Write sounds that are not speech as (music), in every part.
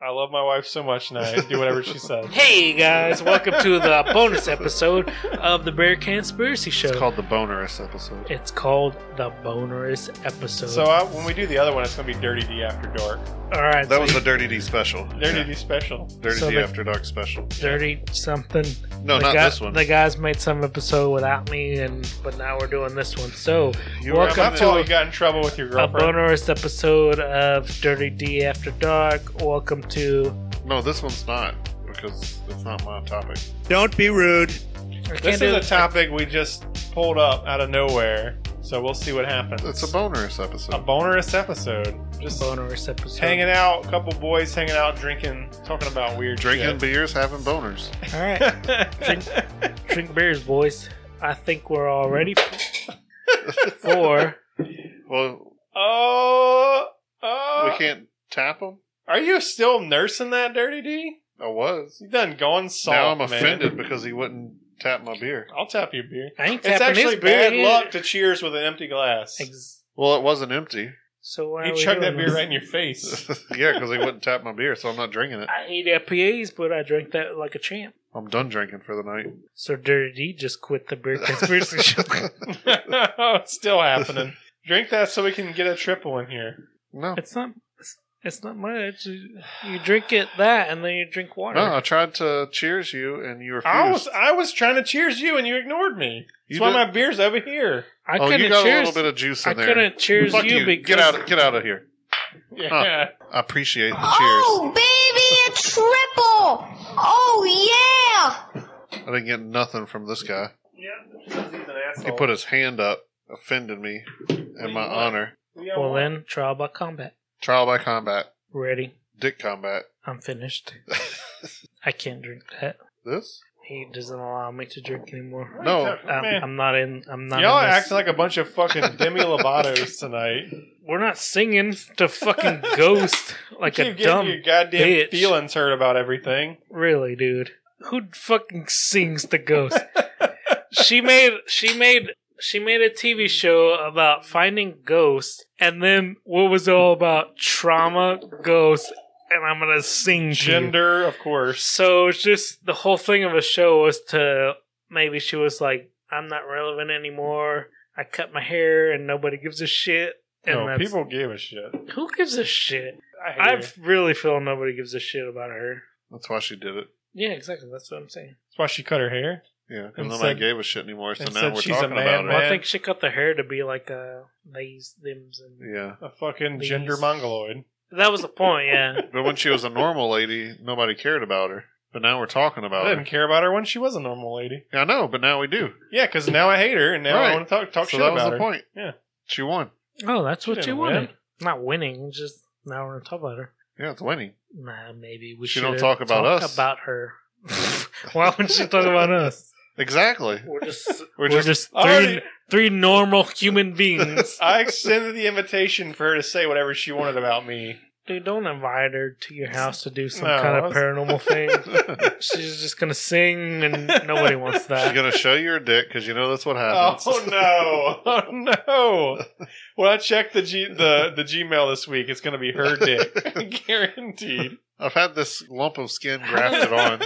I love my wife so much, and I (laughs) do whatever she says. Hey guys, welcome to the bonus episode of the Bear Conspiracy Show. It's called the bonerous episode. It's called the bonerous episode. So uh, when we do the other one, it's gonna be Dirty D After Dark, All right, That so was the Dirty D special. Dirty Yeah. D Special. Dirty So D the- After Dark special. dirty something. No, the not guy- this one. The guys made some episode without me, and but now we're doing this one. So You Well, were Welcome Welcome upset. to- to you got in trouble with your a girlfriend. bonerous episode of Dirty D After Dark. Welcome to. No, this one's not because it's not my topic. Don't be rude. I can't This do is a it. topic we just pulled up out of nowhere, so we'll see what happens. It's a bonerous a Oh, episode. bonerous episode. Just bonerous episode. hanging out, a couple boys hanging out, drinking, talking about weird Drinking shit. beers, having boners. All (laughs) right, drink beers, boys. I think we're (laughs) all ready for. Well, (laughs) oh, oh. Uh, we can't tap them. Are you still nursing that Dirty D? I was. You done gone soft, now I'm man. offended because he wouldn't tap my beer. I'll tap you a beer. I ain't It's tapping his actually bad beer. luck to cheers with an empty glass. Ex- Well, it wasn't empty. (laughs) so why are You we chug doing that beer (laughs) this? right in your face. (laughs) yeah, because he wouldn't tap my beer, so I'm not drinking it. I hate IPAs, but I drink that like a champ. I'm done drinking for the night. So Dirty D just quit (laughs) the beer conspiracy show. no, it's still happening. Drink that so we can get a triple in here. no, It's not. it's- It's not much. You you drink it that, and then you drink water. no. I tried to cheers you, and you refused. I was I was trying to cheers you and you ignored me. That's You why did- my beer's over here. I oh, couldn't you got cheers. a little bit of juice in I there. couldn't cheers Fuck you, you. because Get out! Get out of here. Yeah. I appreciate the Oh, baby, a triple! Oh, yeah! cheers. I didn't get nothing from this guy. Yeah. He's an asshole. He put his hand up, offended me, in my honor. Well, then trial by combat. Trial by combat, Ready? dick combat. I'm (laughs) finished. I can't drink that. This? He doesn't allow me to drink anymore. No. I'm, I'm not in. I'm not. Y'all in are this. acting like a bunch of fucking Demi Lovatos tonight. (laughs) We're not singing to fucking (laughs) ghost like a Keep getting dumb. your goddamn bitch. feelings hurt about everything. (laughs) Really, dude. Who fucking sings the ghost? she made she made she made a TV show about finding ghosts and then what was it all about trauma ghosts and I'm gonna sing to you. Gender, of course. So it's just the whole thing of a show was to maybe she was like, I'm not relevant anymore. I cut my hair and nobody gives a shit. And No, that's- people gave a shit. who gives a shit? I hate I her. really feel nobody gives a shit about her. That's why she did it. Yeah, exactly. That's what I'm saying. That's why she cut her hair. Yeah, And and then I said- gave a shit anymore. So and now said we're she's a talking man, about Well, I man. think she cut the hair to be like uh these thems and it. Yeah, A fucking Please. gender mongoloid. that was the point, yeah. but when she was a normal lady, nobody cared about her. But now we're talking about I didn't her. care about her when she was a normal lady. I know, but now we do. Yeah, because now I hate her, and now I Right. want to talk talk so shit that was about the her. point. Yeah. she won. (laughs) oh, that's what didn't you wanted. win. Not winning, it's just now we're gonna talk about her. Yeah, it's winning. Nah, maybe we She should don't talk about us. About her. (laughs) Why would she talk about us? Exactly. (laughs) We're just We're we're just just I three already- three normal human (laughs) beings. (laughs) I extended the invitation for her to say whatever she wanted about (laughs) me. Dude, don't invite her to your house to do some No, kind I of was- paranormal thing. (laughs) She's just gonna sing, and nobody wants she's that. gonna show you her dick because you know that's what happens. Oh (laughs) no! Oh no! When I checked the G- the the Gmail this week, it's going to be (laughs) her dick, (laughs) guaranteed. I've had this lump (laughs) of skin grafted on.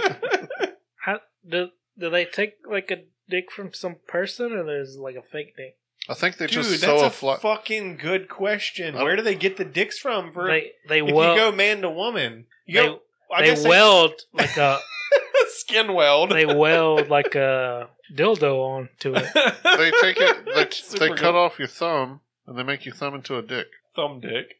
How, do do they take like a dick from some person, or there's like a fake dick? I think they Dude, just that's sew a a, fly. fucking good question. I don't- Where do they get the dicks from? For They they if weld you go man to woman, you they, go, I they guess weld like a (laughs) skin weld. they weld like a dildo onto it. they take (laughs) it. They, Super they cut good. off your thumb and they make your thumb into a dick. thumb dick.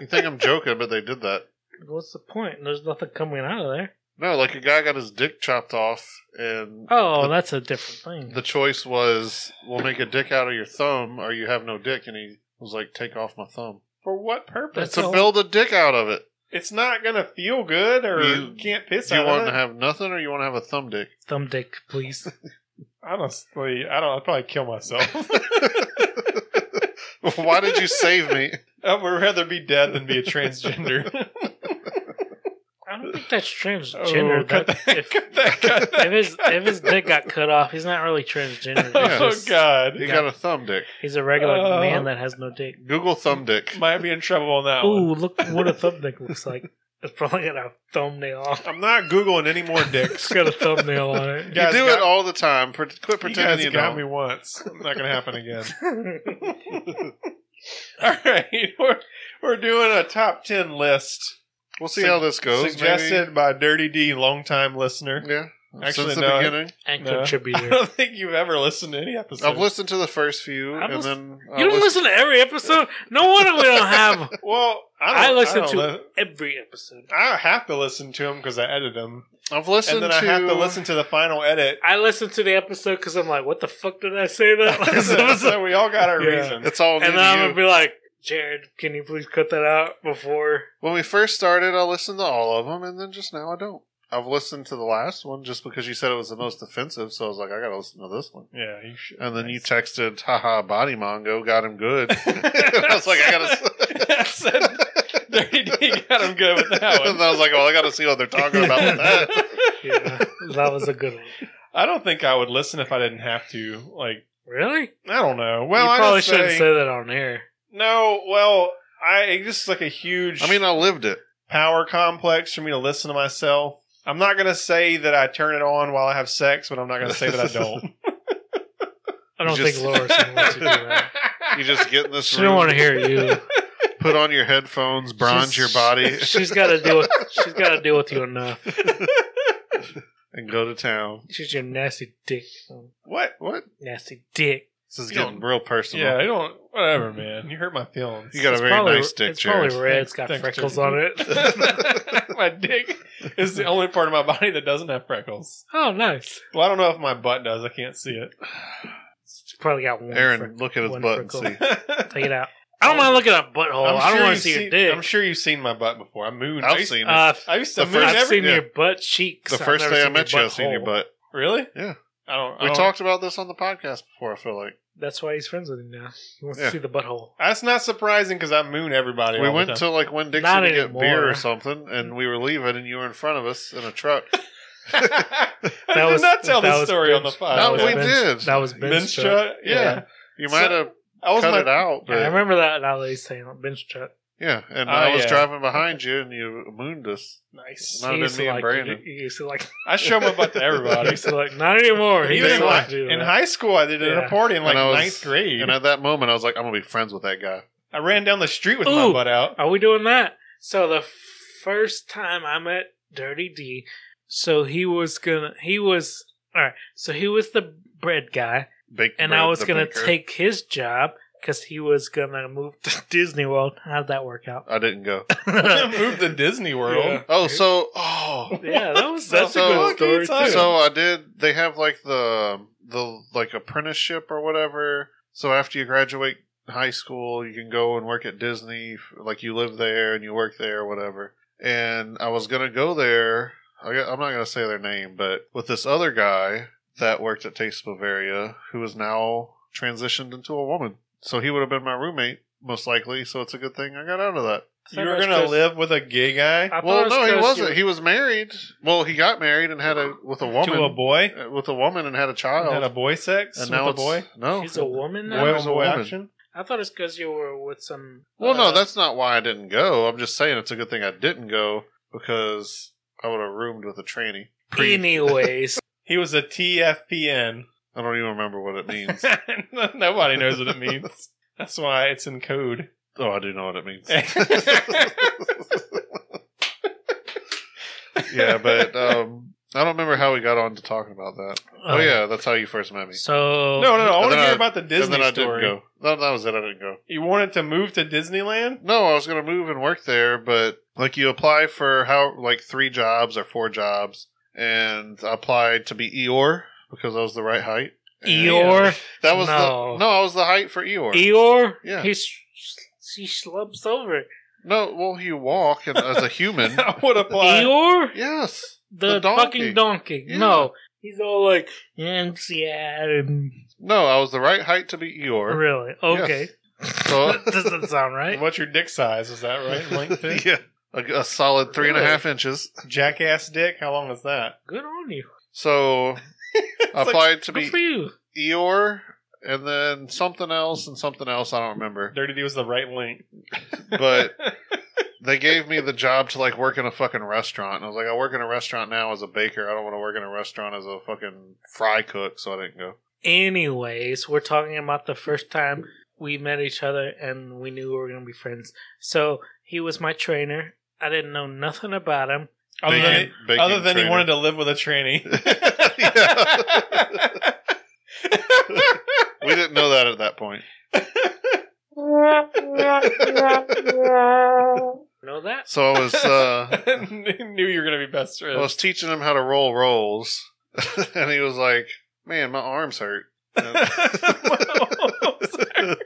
You think I'm joking, but they did that. (laughs) What's the point? There's nothing coming out of there. No, like a guy got his dick chopped off, and Oh, The- that's a different thing. the choice was, "We'll make a dick out of your thumb, or you have no dick." And he was like, "Take off my thumb." For what purpose? That's to all. build a dick out of it. It's not gonna feel good, or You- you can't piss Do you out want of it. to have nothing, or you want to have a thumb dick? (laughs) Thumb dick, please. (laughs) Honestly, I don't. I'd probably kill (laughs) myself. Why did you (laughs) save me? I would rather be dead than be a (laughs) transgender. I don't think that's transgender. Oh, cut That- that- (laughs) if, cut that- (laughs) cut that- if his if his dick got cut off, he's not really (laughs) transgender. Yeah. He's, oh just- God, You got a thumb dick. he's a regular Oh. man that has no dick. Google thumb dick. might be in trouble on that one. Ooh, look what a thumb dick looks like. It's probably got a thumbnail. on it. I'm not googling any more dicks. (laughs) It's got a thumbnail on (laughs) it. guys you do got- it all the time. Pre- quit You pretending guys you, got don't. me once. It's not gonna happen (laughs) again. All right, we're, we're doing a top ten list We'll see Sug- how this goes. suggested by Dirty D, longtime listener. maybe. Yeah. Actually, Since the no, beginning, and No. (laughs) I contributor. don't think you've ever listened to any episode. I've listened to the first few, I've and lis- then I You don't listened- listen to every episode. No wonder we don't have (laughs) well, I, don't, I listen don't to- li- every episode. I have to listen to them because I edit them, I've listened and then I to. have to listen to the final (laughs) edit. I listen to the episode because I'm like, what the fuck did I (laughs) say that last episode? so we all got our Yeah. (laughs) reasons. It's all new And to then I'm you. gonna be like, Jared, can you please cut that out before? When we first started, I listened to all of them, and then just now I don't. I've listened to the last one just because you said it was the most offensive, so I was like, I gotta listen to this one. Yeah, (laughs) you should. And then you Nice. texted, haha, body mongo, got him (laughs) good. (laughs) I was like, I gotta. I said, Dirty D got him good (laughs) with that and I one. was like, well, I gotta see what they're talking about with (laughs) that. (laughs) Yeah, that was a good one. I don't think I would listen if I didn't have to. Like, Really? I don't know. Well, you I probably just shouldn't say- say that on air. No, well, I it's just like a huge I mean, I lived it. power complex for me to listen to myself. I'm not gonna say that I turn it on while I have sex, but I'm not gonna say that I (laughs) don't. I don't Just- think Laura's gonna let you do that. (laughs) You just get in this She room, don't want to hear you. put on your headphones, (laughs) bronze She's- your (laughs) body, She's got to deal. With, she's got to deal with you enough. and go to town. She's your nasty dick. what? What? Nasty dick. This is You don't- getting real personal. Yeah, I don't. Whatever, man. You hurt my feelings. You got a It's very probably- nice dick, It's probably Jared. red. It's got Thanks, freckles Jared. on it. (laughs) my dick is the only part of my body that doesn't have freckles. Oh, nice. Well, I don't know if my butt does. I can't see (laughs) it. She probably got one. Aaron, freckle. look at his one butt and freckle. see. Take (laughs) it out. I don't mind looking at butthole. I don't want to you've see seen, your dick. I'm sure you've seen my butt before. I moon. I I've used- seen it. Uh, I used to The moon first- I've every- seen yeah. your butt cheeks. the I've first never day I seen met you, your I seen your butthole. butt. Really? Yeah. I don't. I We don't- talked about this on the podcast before. I feel like That's why he's friends with you now. He wants Yeah. to see the butthole. That's not surprising because I moon everybody. we all the went time. to like Winn Dixie Not to get anymore. beer or something, and we were leaving, and you were in front of us in a truck. (laughs) I did was- not tell that this was story on the Ben's- podcast. No, was we Ben's- did. That was Ben's, Ben's truck. truck? Yeah. Yeah. You So- might have I was cut my, it out, I but remember that now that he's saying it, Ben's truck. yeah. And Oh, I was yeah. driving behind you, and you mooned us. nice. Not He used been me to and like- Brandon. He used to like, I show my butt to (laughs) he everybody. used to like, not anymore. (laughs) He Even used in, to like, like do in that. high school, I did it at Yeah. a party in like And I was- ninth grade. And at that moment, I was like, "I'm gonna be friends with that guy." I ran down the street with my Ooh. butt (laughs) out. (laughs) Are we doing that? So the first time I met Dirty D, so he was gonna, he was all right. So he was the bread guy, Bake and bread, I was the gonna baker. take his job because he was gonna move to (laughs) Disney World. How'd that work out? I didn't (laughs) go. Moved to Disney World. Yeah. Oh, so oh, Yeah, that was So- that's a so- good story. so- too. so I did. They have like the the like apprenticeship or whatever. So after you graduate high school, you can go and work at Disney. Like you live there and you work there, or whatever. And I was gonna go there. I got, I'm not gonna say their name, but with this other guy that worked at Taste of Bavaria, who is now transitioned into a woman. So he would have been my roommate most likely. So it's a good thing I got out of that. I You thought were it was gonna 'cause- live with a gay guy I thought it Well, was no, he 'cause wasn't. you- He was married. Well, he got married and had a with a woman to a boy. uh, with a woman and had a child. Had a boy sex and with now a boy. it's- No, He's a woman now. Boy he's on a boy woman. action. I thought it's because you were with some. Well, uh, no, that's not why I didn't go. I'm just saying it's a good thing I didn't go because I would have roomed with a tranny. Anyways, He was a TFPN. I don't even remember what it means. (laughs) Nobody knows what it (laughs) means. That's why it's in code. oh, I do know what (laughs) it means. yeah, but um, I don't remember how we got on to talking about that. (laughs) oh um, yeah, that's how you first met me. So No, no, no. I And want to then hear I- about the and Disney then I story. didn't go. No, that was it. I didn't go. You wanted to move to Disneyland? No, I was gonna move and work there, but like you apply for how like three jobs or four jobs, and I applied to be Eeyore because I was the right height. And Eeyore, That was No. E- the no, I was the height for Eeyore. Eeyore, Yeah. he s- he slumps over. no, well, you walk and, as a (laughs) human. I would apply. Eeyore, yes. the, The donkey. fucking donkey. Yeah. No, he's all like, "And yeah, and No, I was the right height to be Eeyore. really (laughs) okay." So (laughs) that doesn't sound right. What's your dick size? Is that right? (laughs) Length dick? yeah, a, a solid three and a Really? half inches. Jackass dick? How long is that? (laughs) Good on you. So I like- applied to Good be for you. Eeyore, and then something else and something else. I don't remember. (laughs) Dirty D was the right length. but they gave me the job to like work in a fucking restaurant, and I was like, I work in a restaurant now as a baker. I don't want to work in a restaurant as a fucking fry cook, so I didn't go. Anyways, we're talking about the first time we met each other and we knew we were going to be friends. So he was my trainer. I didn't know nothing about (laughs) him. Other than, Bacon- bacon other than he trainer. wanted to live with a (laughs) tranny. (laughs) we didn't know that at that point. Know that? So I (laughs) was uh, Knew you were gonna be best I friends. (laughs) was teaching him how to roll rolls, (laughs) and he was like, "Man, my arms hurt." (laughs) (laughs)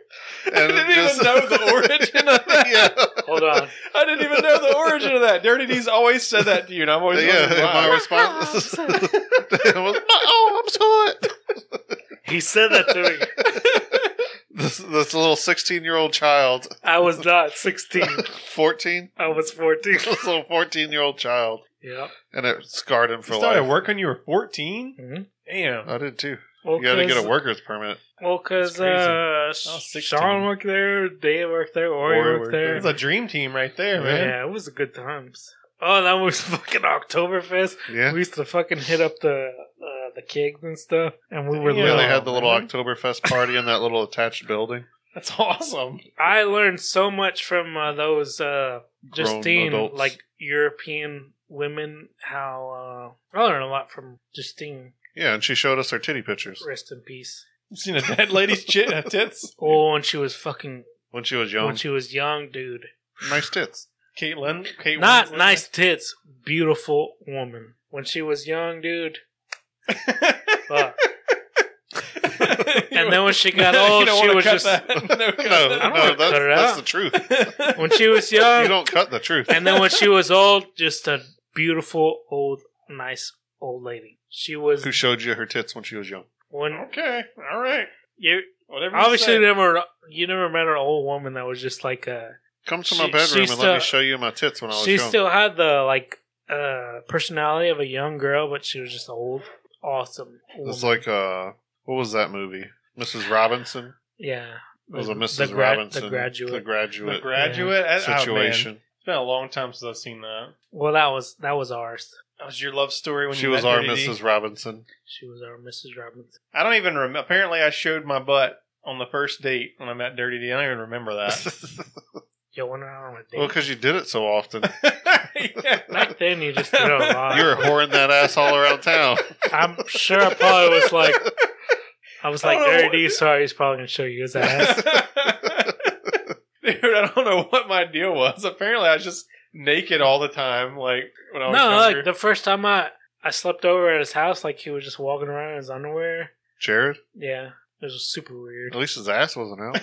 And, I didn't even know (laughs) the origin of that. (laughs) yeah, Hold on. I didn't even know the origin of that. Dirty D's always said that to you, and I'm always yeah. wondering and My why. response (laughs) it was, "My arms hurt." (laughs) He said that to me. This this little sixteen year old child, I was not 16. fourteen, (laughs) I was 14. this little fourteen year old child, Yep. and it scarred him for You started life. Mm-hmm. Uh, work when you were 14. Mhm. Damn. I did too. Well, You got to get a 'cause- worker's permit. Well, because crazy. uh, was 16. Sean worked there, Dave worked there, Ori, Ori worked worked there. there. It's a dream team right there, (laughs) man. Yeah, it was good times. Oh, that was (laughs) fucking Oktoberfest. Yeah, We used to fucking hit up the uh, the kegs and stuff, and we were Yeah, yeah. little. They had the little man. Oktoberfest party in that little attached building. That's awesome. I learned so much from uh, those uh, Grown Justine, adults. like European women. How uh, I learned a lot from Justine. Yeah, and she showed us her titty pictures Rest in peace. You seen a dead lady's chit tits? Oh, and she was fucking when she was when young. she was young, dude. nice (laughs) tits. Caitlin, Caitlin, Not (laughs) nice tits, beautiful woman. When she was young, dude. (laughs) Fuck. And then when she (laughs) got old, she was just (laughs) no, No, don't no, that's, wanna cut it that's out. the truth. (laughs) when she was (laughs) You young, don't cut the truth. and then when she was old, just a beautiful old, nice old lady. She was Who showed you her tits when she was young? when okay, all right, you whatever. you obviously say. never you never met an old woman that was just like a. Come to She- my she bedroom and let still- me show you my tits when I was She young. still had the like uh personality of a young girl, but she was just old, awesome. It's woman. like uh, what was that movie? Mrs. Robinson. yeah, It was a The- Mrs. the gra- Robinson. The graduate. The the graduate graduate I- oh, man, situation. it's been a long time since I've seen that. well, that was that was ours. That was your love story when she you was met our Dirty D? Mrs. Robinson. She was our Mrs. Robinson. I don't even remember. Apparently, I showed my butt on the first date when I met Dirty D. I don't even remember that. (laughs) (laughs) Yo, when I on a date. well, because you did it so often. Uh, Back then, you just (laughs) did it a lot. you were whoring that ass all around town. I'm sure I probably was like, I was like, I don't know Dirty D, sorry, he's probably gonna show you (laughs) his ass. (laughs) Dude, I don't know what my deal was. Apparently, I was just naked all the time. Like when I was no, younger. like the first time I I slept over at his house, like he was just walking around in his underwear. Jared, Yeah, it was super weird. at least his ass wasn't out.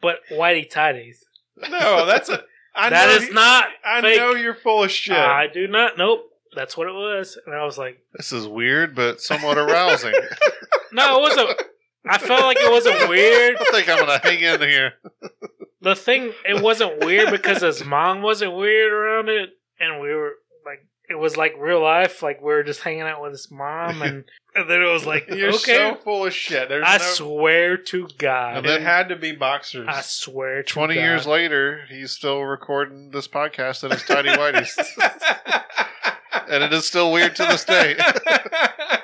But whitey tighties. (laughs) no, that's a. I That know is you- not. I fake. know you're full of shit. I do not. Nope. That's what it was. And I was like, This is weird, but somewhat arousing. no, it wasn't. I felt like it wasn't weird. I think I'm gonna hang in here. The thing, it wasn't weird because his mom wasn't weird around it, and we were like, it was like real life. Like we were just hanging out with his (laughs) mom, and, and then it was like, you're okay, so full of shit. There's I no. swear to God, And it then- had to be boxers. (laughs) I swear, to Twenty God. years later, he's still recording this podcast at his tidy whities, (laughs) and it is still weird to this day.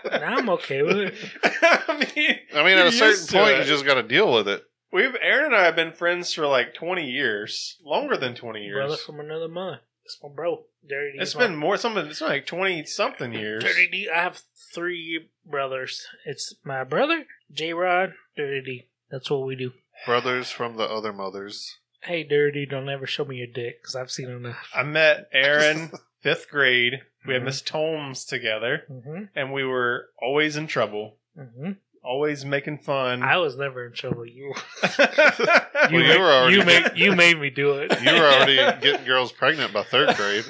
Now I'm okay with it. (laughs) I mean, I mean, at You're a certain used to point, it. you just got to deal with it. We've Aaron and I have been friends for like twenty years, longer than twenty (laughs) Brother years. from another mother. It's my bro, Dirty. It's D. been more something. It's been like twenty something years. Dirty D. I have three brothers. It's my brother, J Rod, Dirty D. That's what we do. Brothers from the other mothers. Hey, Dirty, don't ever show me your dick because I've seen enough. I met (laughs) Aaron fifth grade. We had Mm-hmm. Mhm. Miss Tomes together, Mm-hmm. and we were always in trouble, Mm-hmm. always making fun. I was never in trouble. You You, (laughs) Well, were already- you made you made me do (laughs) it. You were already getting girls pregnant by third grade.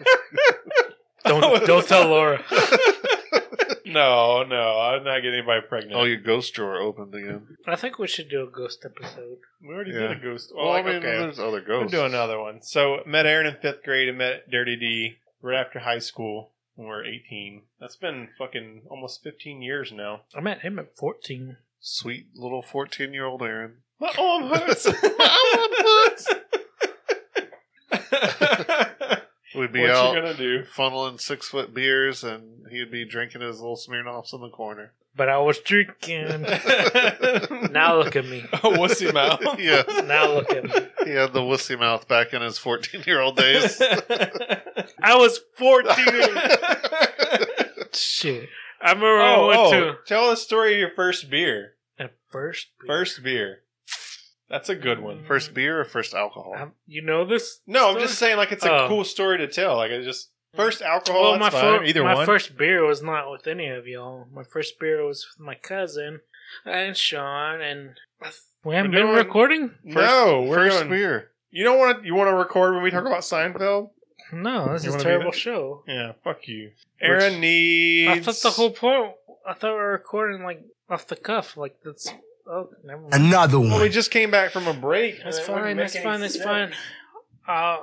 (laughs) Don't don't tell (laughs) Laura. (laughs) no, no, I'm not getting anybody pregnant. Oh, your ghost drawer opened again. I think we should do a ghost episode. we already Yeah. did a ghost. Well, Well, like, I mean, okay, there's other we'll ghosts. do another one. So met Aaron in fifth grade and met Dirty D right after high school when we were 18. That's been fucking almost 15 years now. I met him at fourteen. Sweet (laughs) (laughs) little 14 year old Aaron. My arm hurts. My arm hurts. We'd (laughs) be what out you gonna do? funneling six foot beers, and he'd be drinking his little Smirnoffs in (laughs) the corner. But I was (laughs) drinking. now look at me. a wussy (laughs) mouth. yeah, Now look at me. he had the wussy mouth back in his fourteen year old (laughs) days. (laughs) I was 14. Shit. I remember I oh, went oh, to tell the story of your first beer. at first. beer. First beer. That's a good one. First beer or first alcohol? Um, you know this? No, I'm story? just saying, like it's a Oh. Mm. cool story to tell. Like it's just first alcohol. Well, my that's fine. fir- either my one. first beer was not with any of y'all. My first beer was with my cousin and Sean and we haven't We're been doing- recording. no, we're first going- beer. You don't want to. You want to record when we talk about Seinfeld? No, this You is wanna a do terrible that? show. Yeah, fuck you. Aaron needs. I thought the whole point. I thought we were recording like off the cuff. Like that's oh never mind. Another Well, we one. just came back from a break. That's It wouldn't fine. make That's any fine. That's sense. fine. Uh, uh,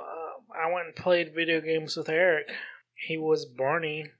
I went and played video games with Eric. He was Barney.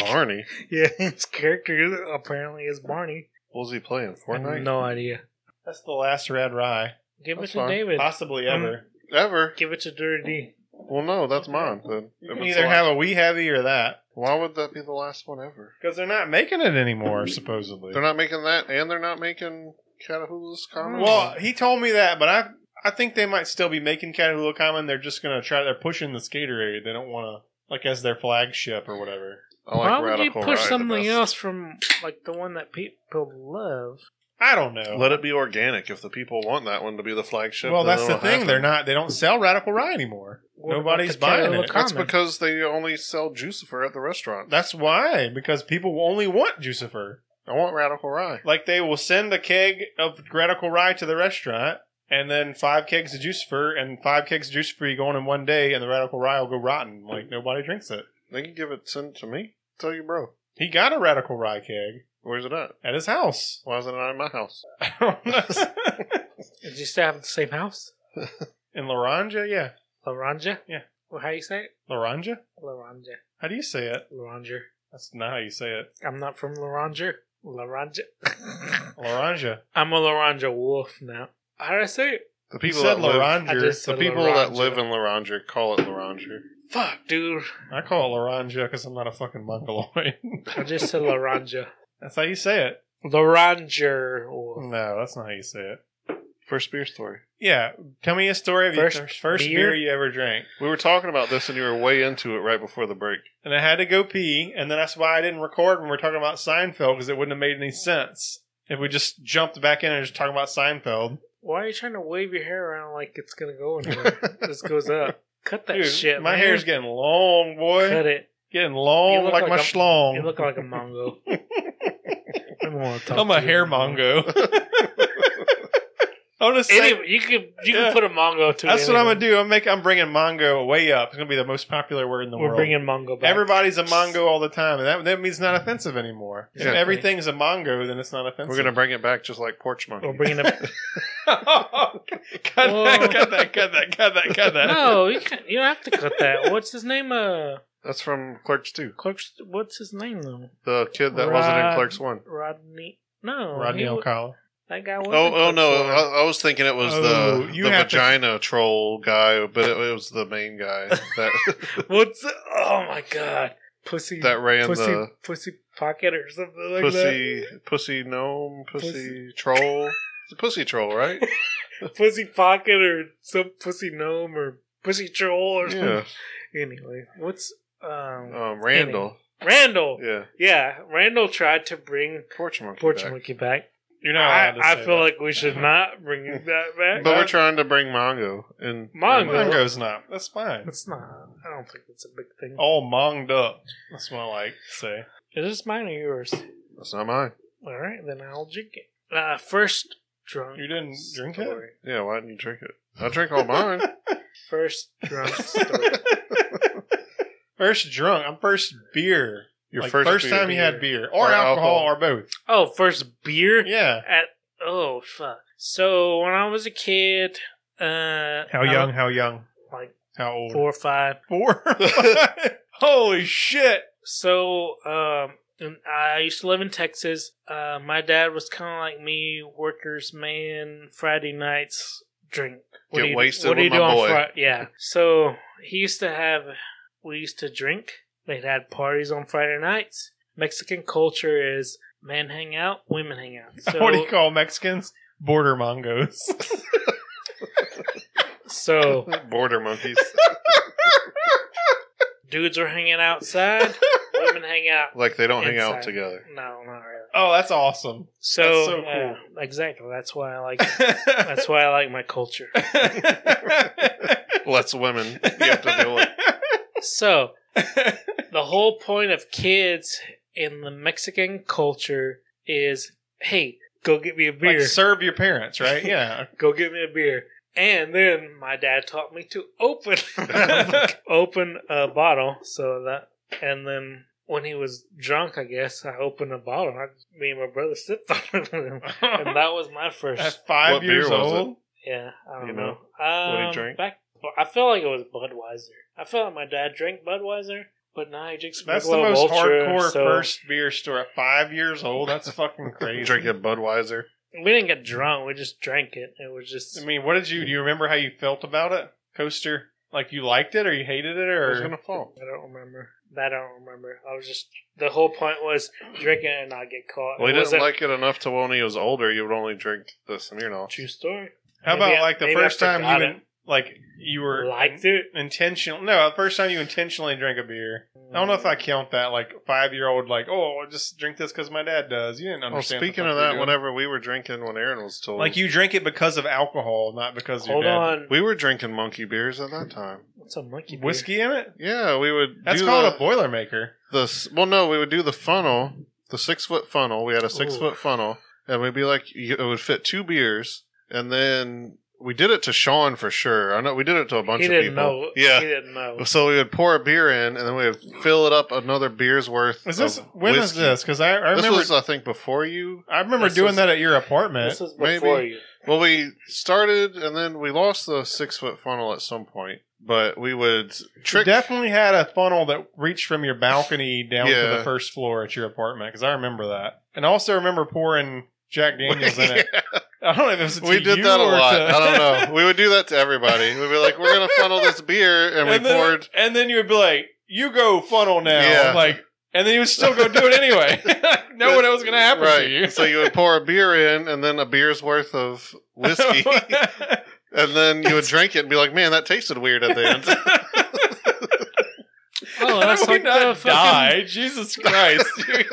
Barney. Yeah, his character apparently is Barney. What was he playing? I have Fortnite? no idea. That's the last red rye, Give That's it to fine. David. possibly Um, ever. Ever? Give it to Dirty D. Well, no, that's mine. Then You can If it's either the have last- a wee heavy or that, Why would that be the last one ever? because they're not making it anymore. Supposedly, They're not making that, and they're not making Catahoula's comic. Well, he told me that, but I I think they might still be making Catahoula Common. They're just gonna try. They're pushing the skater area. They don't want to like as their flagship or whatever. I Why would you Radical push Rye the something best. else from like the one that people love? I don't know. Let it be organic. If the people want that one to be the flagship, well, then that's the it'll thing. happen. They're not. They don't sell Radical Rye anymore. What about Nobody's the buying Catahoula it. That's Common? because they only sell Jucifer at the restaurant. That's why because people will only want Jucifer. I want Radical Rye. Like they will send a keg of Radical Rye to the restaurant. And then five kegs of Jucifer and five kegs of Jucifer you go on in one day, and the Radical Rye will go rotten. Like nobody drinks it. They can give it send it to me. Tell your bro. He got a Radical Rye keg Where's it at? at his house. (laughs) Why isn't it at my house? I don't know. Did you still have the same house? In Laranja, yeah. Laranja? Yeah. Well, how you say it? Laranja? Laranja. How do you say it? Laranja. That's not how you say it. I'm not from Laranja. Laranja. Laranja. I'm a Laranja wolf now. How did I say it? The You people said that live, Laranja. I, I just- the said people that Laranja. live in Laranja call it Laranja. Fuck, dude. call it Laranja because I'm not a fucking mongoloid. (laughs) I just said Laranja. that's how you say it. Laranja wolf. No, that's not how you say it. First beer story. Yeah, tell me a story of First your first beer? beer? you ever drank. We were talking about this, and you were way into it right before the break. And I had to go pee, and then that's why I didn't record when we are talking about Seinfeld because it wouldn't have made any sense if we just jumped back in and just talking about Seinfeld. Why are you trying to wave your hair around like it's gonna (laughs) go anywhere? this goes up. Cut that Dude, shit. my man. hair's getting long, boy. cut it. Getting long You like, look like my a- schlong. You look like a mongo. (laughs) I don't want to talk I'm a to you hair anymore. mongo. (laughs) I'm just saying, Any, you could you Yeah. could put a mongo to. that's anything. what I'm gonna do. I'm making. I'm bringing mongo way up. It's gonna be the most popular word in the We're world. bringing mongo back. Everybody's a mongo all the time, and that that means not offensive anymore. If Exactly. everything's a mongo, then it's not offensive. (laughs) We're gonna bring it back just like porch monkey. We're bringing up. cut, Whoa. that, cut that, cut that, cut that, cut that. no, you can't. You don't have to cut that. What's his name? Uh, That's from Clerks Two. Clerks. What's his name though? The kid that wasn't in Rod- Clerks One. Rodney. No, Rodney he wa- O'Connell. That guy. Was Oh, oh no! One. I, I was thinking it was Oh, the you the have to- vagina troll guy, but it, it was the main guy that (laughs) uh, uh, What's oh my god, pussy that ran pussy the pussy pocket or something like pussy pussy gnome pussy, Pussy. troll. It's a pussy troll, right? that. Pussy pocket or some pussy gnome or pussy troll or yeah. something. Anyway, what's um Oh, Um, Randall. Randall? Yeah. Yeah, Randall tried to bring Porch monkey. Porch back. Monkey back. You're not. I, allowed to I say feel that. like (laughs) we should not bring that back. But we're trying to bring Mongo and Mongo. mongo's not. That's fine. it's not. I don't think it's a big thing. All monged up. That's what I like to say. Is this mine or yours? That's not mine. All right, then I'll drink it. Uh, first drunk. You didn't drink it. story. Yeah. Why didn't you drink it? I drink (laughs) all mine. First drunk story. (laughs) First drunk. I'm first beer. Your Like, first, first, beer. time you had beer or, Or alcohol, alcohol. or both. (laughs) Oh, first beer Yeah. at oh fuck. So when I was a kid, uh, I- How young? Like How old? four or five. (laughs) Four. (laughs) Holy shit! So um, and I used to live in Texas. Uh, my dad was kind of like me, workers' man. Friday nights drink. Get do you, wasted What do you with do my on boy. Friday? Yeah. So he used to have we used to drink. They'd had parties on Friday nights. Mexican culture is men hang out, women hang out. (laughs) So, what do you call Mexicans? Border mongos. so (laughs) Border monkeys, dudes are hanging outside, women hang out. like they don't hang out Inside. together. No, not really. (laughs) oh, that's (laughs) awesome. So, That's so yeah, exactly. That's why I like. that's why I like my culture. Less women you have to (laughs) deal with. So the whole point of kids in the Mexican culture is, hey, go get me a beer. Like serve your parents, right? (laughs) (laughs) Yeah. go get me a beer. And then my dad taught me to (laughs) open (laughs) open a bottle. So that and then when he was drunk, I guess I opened a bottle. I, me and my brother sipped on it, (laughs) and that was my That's first. five What beer years was it? old. Yeah, I don't You know. know, Um, he drank? Back, I feel like it was Budweiser. I feel like my dad drank Budweiser, but now he drinks. That's the Michelob most Ultra, hardcore so- first beer store at five years old. That's (laughs) fucking crazy. Drinking Budweiser. We didn't get drunk. We just drank it. It was just. I mean, what did you do? You remember how you felt about it, Coaster? Like you liked it or you hated it Who's or gonna fall? I don't remember. That I don't remember. I was just the whole point was drinking and not get caught. Well, he It didn't wasn't- like it enough to when he was older. You would only drink the Smirnoff. true story. how Maybe about I- like the maybe I first time forgot you in- like you were liked it. intentional? No, the first time you intentionally drank a beer. I don't know if I count that like five year old like oh I just drink this because my dad does. You didn't Well, understand. the speaking fuck of you're that, doing. whenever we were drinking when Aaron was told, like you drink it because of alcohol, not because Hold your dad. on. we were drinking monkey beers at that time. What's a monkey beer? Whiskey in it? Yeah, we would. That's do called the, a Boilermaker. the s- well, no, we would do the funnel, the six foot funnel. We had a six Ooh. foot funnel, and we'd be like, you- it would fit two beers, and then we did it to Sean for sure. I know we did it to a bunch He of didn't people. know. Yeah. He didn't know. So we would pour a beer in, and then we would fill it up another beer's worth. Is this of when is whiskey. this? Because I, I This remember was, uh, I think, before you. I remember This doing was- that at your apartment. This was Maybe. before you. Well, we started, and then we lost the six foot funnel at some point. But we would You trick definitely had a funnel that reached from your balcony down to Yeah. the first floor at your apartment because I remember that, and I also remember pouring (laughs) Jack Daniels in it. (laughs) I don't know if it was to (laughs) we did you that a or lot. to- I (laughs) don't know. We would do that to everybody. We'd be like, "We're gonna funnel this beer," and, and, we then, poured. and then you would be like, "You go funnel now," Yeah. like, and then you would still go do it anyway, (laughs) knowing it was going to happen right. to you. so you would pour a beer in, and then a beer's worth of (laughs) whiskey, (laughs) and then you would drink it and be like, "Man, that tasted weird at (laughs) the end." How (laughs) Oh, that's do we like the not fucking. die? Jesus Christ! dude.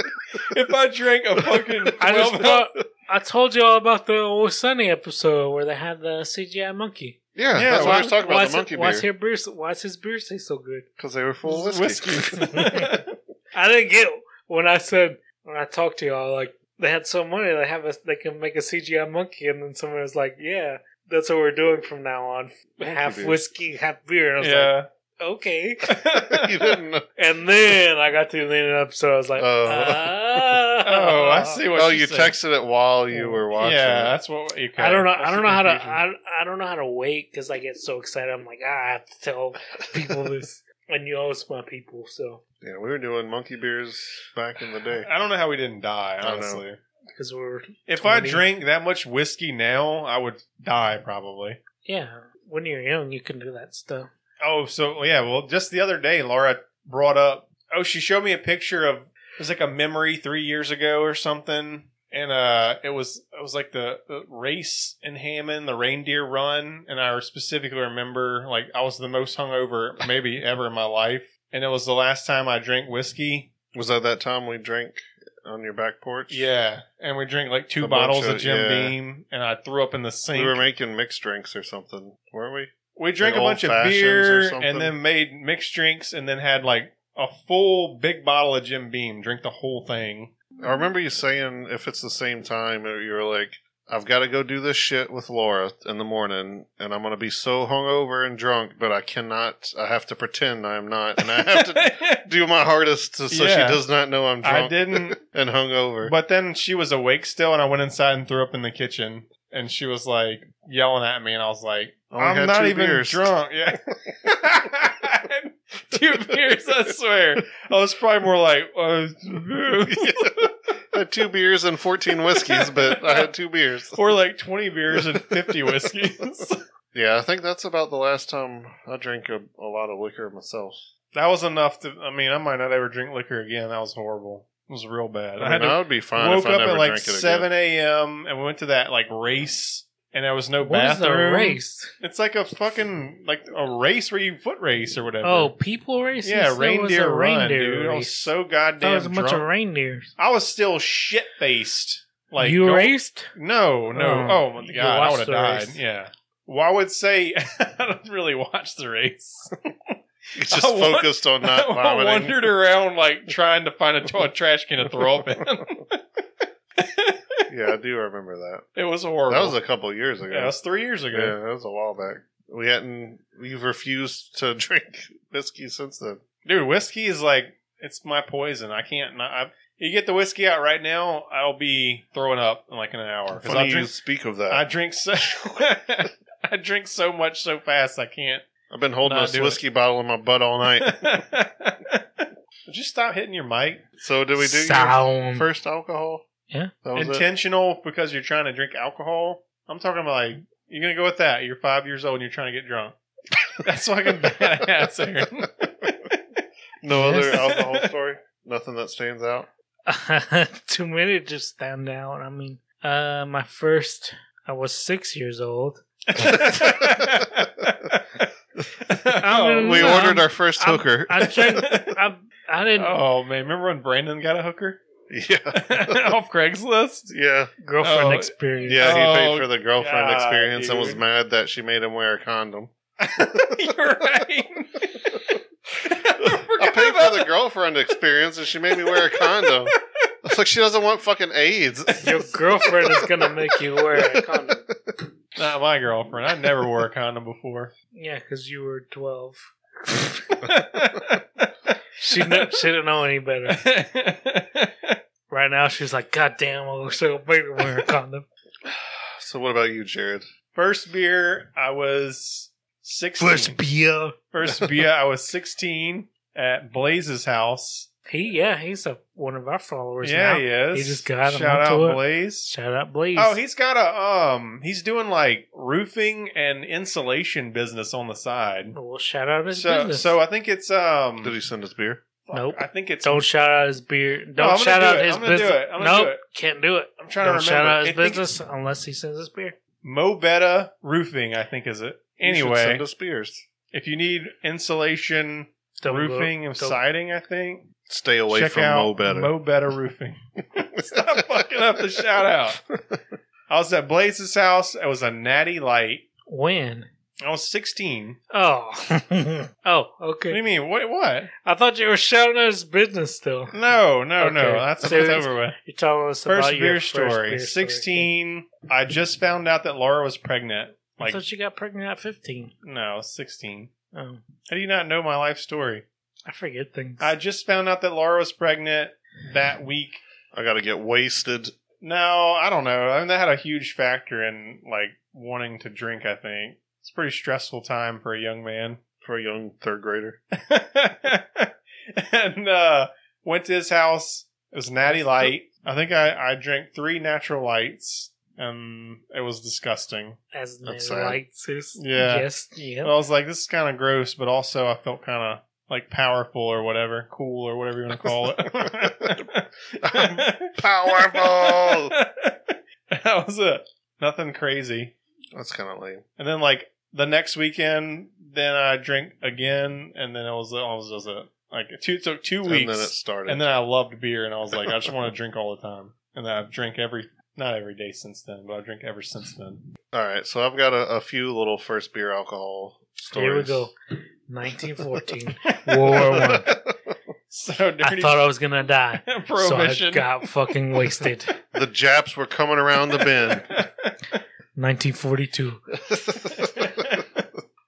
if I drank a fucking (laughs) I just 12 thought, (laughs) I told you all about the Always Sunny episode where they had the CGI monkey. Yeah, Yeah, that's what why- we were talking about why's the monkey it, Why's beer his beer? so- Why's his beer taste so good? because they were full of (laughs) whiskey. whiskey. (laughs) I didn't get when I said when I talked to y'all like they had so money they have a they can make a CGI monkey and then someone was like yeah that's what we're doing from now on half beer. whiskey half beer and I was yeah. like okay (laughs) (laughs) you didn't. know- and then I got to the end of the episode I was like Oh. (laughs) oh, Oh, I see what. Oh, she you said. texted it while you were watching. Yeah, Yeah. that's what you. I don't know. I don't know how to. I, I don't know how to wait because I get so excited. I'm like, ah, I have to tell (laughs) people this, and you always my people. So Yeah, we were doing monkey beers back in the day. I don't know how we didn't die. I don't know. Honestly, because we're if I 20. drank that much whiskey now, I would die probably. yeah. When you're young, you can do that stuff. Oh, so yeah. Well, just the other day, Laura brought up. Oh, she showed me a picture of. It was like a memory three years ago or something, and uh, it was it was like the, the race in Hammond, the reindeer run, and I specifically remember like I was the most hungover maybe (laughs) ever in my life, and it was the last time I drank whiskey. Was that that time we drank on your back porch? Yeah, and we drank like two A bunch bottles of, of- Jim yeah. Beam, and I threw up in the sink. We We, were making mixed drinks or something, weren't we? drank like a bunch of old fashions or beer, something. and then made mixed drinks, and then had like a full big bottle of Jim Beam. Drink the whole thing. I remember you saying if it's the same time, uh, you were like, I've got to go do this shit with Laura in the morning, and I'm going to be so hungover and drunk, but I cannot, I have to pretend I'm not, and (laughs) I have (laughs) to do my hardest to, so Yeah. she does not know I'm drunk I didn't, and hungover. but then she was awake still, and I went inside and threw up in the kitchen, and she was like yelling at me, and I was like, Only "I'm had not two even beers. drunk." Yeah. (laughs) Two beers, I swear. I was probably more like, uh, (laughs) I had (laughs) two beers and 14 whiskeys, but I had two beers. or like 20 beers and 50 whiskeys. Yeah, I think that's about the last time I drank a, a lot of liquor myself. That was enough to. I mean, I might not ever drink liquor again. That was horrible. It was real bad. I I had mean, to that would be fine. woke if I up never at like drank it again. (laughs) seven a.m. and we went to that like race, and there was no What is bathroom. the race? It's like a fucking like a race where you foot race or whatever. Oh, people race. yeah, Yes, there was reindeer a run, reindeer dude. I was race. so That goddamn was a bunch drunk. of reindeers. I was still shit faced. Like you going- raced? No, no. Oh. Oh, my You god, I would watched have the died. race. Yeah. Well, I would say (laughs) I don't really watch the race. He's just I want- focused on (laughs) not I vomiting. wandered around like trying to find a, a trash can to throw up (laughs) in. yeah, I do remember (laughs) that. It was horrible. That was a couple of years ago. yeah, that was three years ago. Yeah, that was a while back. We hadn't. You've refused to (laughs) drink whiskey since then. dude whiskey is like it's my poison i can't not I, you get the whiskey out right now i'll be throwing up in like an hour because i Funny you drink speak of that. i I, drink so (laughs) i drink so much so fast i can't have been holding Nah, this do it. whiskey bottle in my butt all night. (laughs) Would you stop hitting your mic so did we do your Sound. first alcohol? Yeah. That was it? intentional because you're trying to drink alcohol i'm talking about like you're gonna go with that you're five years old and you're trying to get (laughs) drunk that's fucking badass Aaron. No other Yes. alcohol story. Nothing that stands out. (laughs) Too many to just stand out. I mean, uh, my first, I was six years old. Oh, We (laughs) No, ordered our first I'm- hooker. (laughs) I drank. I, I didn't. Oh man, remember when Brandon got a (laughs) hooker yeah, off Craigslist? yeah, girlfriend oh, experience. yeah. He Oh, paid for the girlfriend God, experience and was dude. mad that she made him wear a condom. (laughs) You're right. (laughs) I paid for the girlfriend experience and she made me wear a condom. It's like she doesn't want fucking AIDS. (laughs) Your (laughs) girlfriend is gonna make you wear a condom. Not my girlfriend. I never wore a condom (laughs) before. (laughs) Yeah, because you were twelve. I She kn- she didn't know any better. Right now, she's like, "God damn, I wish I could make her wear a condom." So what about you, Jared? First beer, I was sixteen. First, beer. beer, I was sixteen at Blaze's house. He yeah, he's a one of our followers. yeah, now. he is. He just got him Shout onto out it. Blaze. Shout out, Blaze. Oh, he's got a um. He's doing like roofing and insulation business on the side. Well, shout out his So, business. so I think it's um. Did he send us beer? fuck, Nope. I think it's. don't shout out his beer. Don't I'm gonna shout do out it. his I'm gonna do business. it. I'm gonna nope, do it. can't do it. I'm trying don't to remember. shout out his I think it's business unless he sends us beer. Mobetta Roofing, I think is it. You should Anyway, send us beers. if you need insulation, Don't roofing, go- and don't- siding, I think Stay away check from out Mo Better. (laughs) Mobetta Roofing. Stop (laughs) fucking up the shout out. I was at Blaze's house. It was a natty light. When? I was 16. Oh, What (laughs) oh, do okay. you mean? What? What? I thought you were shouting out his business. Still, No, no, no. Okay. That's So it's it's over with. you're telling us First about your beer story. First beer story. Sixteen. I just found out that Laura was pregnant. I Like thought you got pregnant at fifteen. no, sixteen. Oh, How do you not know my life story? I forget things. I just found out that Laura was pregnant that week. I gotta (laughs) get wasted. No, I don't know. I mean, that had a huge factor in like wanting to drink. I think it's a pretty stressful time for a young man. For a young third grader. (laughs) and uh, went to his house. It was natty light. I think I, I drank three natural lights, and it was disgusting. As the That's sad. lights is Yeah. yes, yeah. And Oh, I was like, this is kind of gross, but also I felt kind of like powerful or whatever, cool or whatever you want to call (laughs) it. (laughs) Powerful. that was it. Nothing crazy. That's kind of lame. And then like the next weekend, then I drank again, and then it was that was just it. Like it two, took two weeks, And then it started. and then I loved beer, and I was like, I just (laughs) want to drink all the time, and I've drink every not every day since then, but I've drink ever since then. All right, so I've got a, a few little first beer alcohol stories. Here we go. (laughs) 1914 War One. (laughs) So I dirty (laughs) thought I was gonna die, so I prohibition. (laughs) got fucking wasted. (laughs) The Japs were coming around the bend. 1942. (laughs)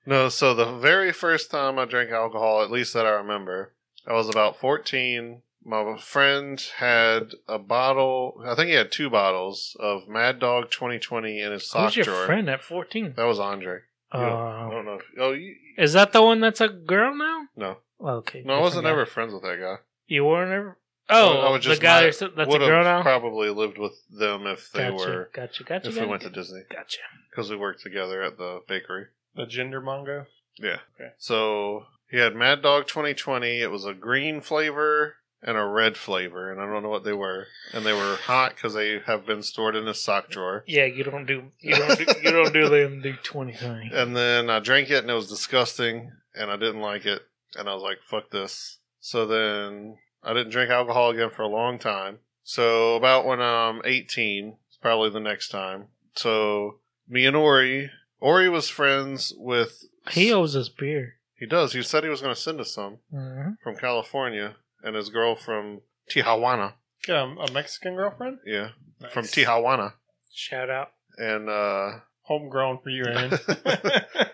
no, so the very first time I drank alcohol, at least that I remember, I was about 14. My friend had a bottle, I think he had two bottles of Mad Dog 2020 in his sock Who's your drawer. friend at 14? That was Andre. I Uh, don't know. if- Oh, you, is that the one that's a girl now? no. Okay. No, I wasn't different guy. ever friends with that guy. You weren't ever. Oh, I was just the guy my- that's a that's a Would girl have now. probably lived with them if they gotcha, were, gotcha, gotcha, if gotcha, we went to Disney, gotcha. because we worked together at the bakery. the gender mongo. Yeah. Okay. So He had Mad Dog 2020. It was a green flavor and a red flavor, and I don't know what they were. And they were hot because they have been stored in his sock drawer. Yeah, you don't do you don't do, you don't do them do (laughs) twenty three. And then I drank it, and it was disgusting, and I didn't like it. And I was like, fuck this. So then I didn't drink alcohol again for a long time. So about when I'm 18, it's probably the next time. So me and Ori, Ori was friends with. He owes us beer. He does. He said he was going to send us some Mm-hmm. hmm from California, and his girl from Tijuana. Um, a Mexican girlfriend Yeah, from Nice. Tijuana, Shout out. and uh, homegrown for you, (laughs) Aaron. (laughs)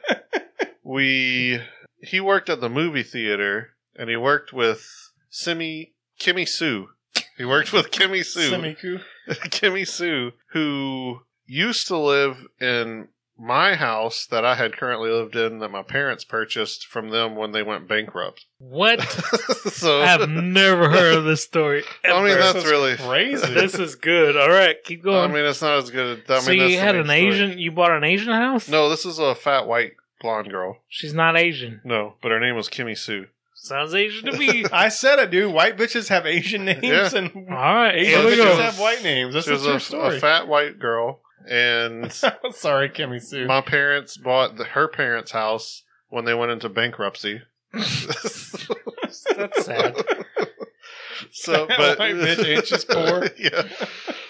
we he worked at the movie theater, and he worked with Simi Kimmy Sue. He worked with Kimmy Sue, (laughs) Semiku. Kimmy Sue, who used to live in my house that I had currently lived in that my parents purchased from them when they went bankrupt. (laughs) What? so I've never heard of this story. I mean ever. that's really. (laughs) Crazy. this is good. All right, keep I going. mean it's not as good. as- I mean, so that's you the had main an story. Asian? You bought an Asian house? No, this is a fat white blonde girl. she's not Asian. No, but her name was Kimmy Sue. Sounds Asian (laughs) to me. I said it, dude. White bitches have Asian names Yeah. and All right, Asian here we bitches go. have white names. That's a She was true a, story. a fat white girl, and (laughs) Sorry, Kimmy Sue. my parents bought the, her parents' house when they went into (laughs) bankruptcy. (laughs) That's sad. (laughs) so, but White bitch, ain't she's poor? (laughs) yeah.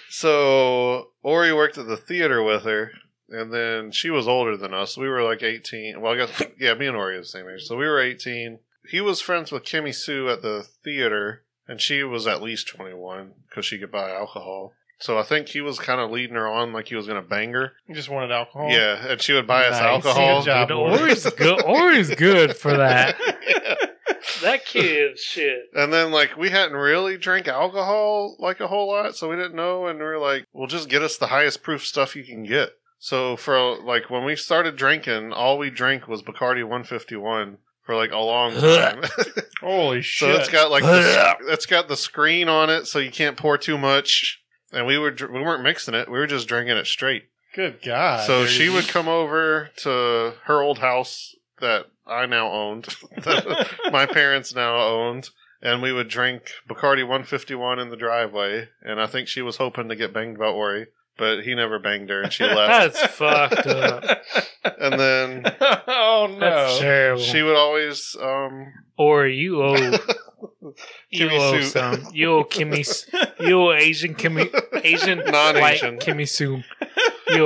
So Ori worked at the theater with her, and then she was older than us. We were like eighteen. Well, I guess (laughs) yeah, me and Ori are the same age, so we were eighteen. He was friends with Kimmy Sue at the theater, and she was at least twenty one because she could buy alcohol. So I think he was kind of leading her on like he was going to bang her. You just wanted alcohol. Oh, Yeah, and she would buy us Oh. Nice. alcohol. Good job. Dude, Ori's good. Ori's good for that. (laughs) Yeah. (laughs) That kid, shit. And then like we hadn't really drank alcohol like a whole lot, so we didn't know and we were like, Well just get us the highest proof stuff you can get. So for like when we started drinking, all we drank was Bacardi one fifty one for like a long time. (laughs) Holy so shit. it's got like the, it's got the screen on it so you can't pour too much. And we were dr- we weren't mixing it, we were just drinking it straight. Good God. So dude. she (laughs) would come over to her old house that I now owned, (laughs) that my parents now owned, and we would drink Bacardi 151 in the driveway. And I think she was hoping to get banged by Ori, but he never banged her, and she (laughs) left. That's fucked up. and then oh That's (laughs) no. terrible. she would always, um, or you (laughs) owe you Kimmy owe Sue. some you owe Kimmy S- you owe Asian Kimmy (laughs) (laughs) Asian Non-Asian. white Kimmy Sue you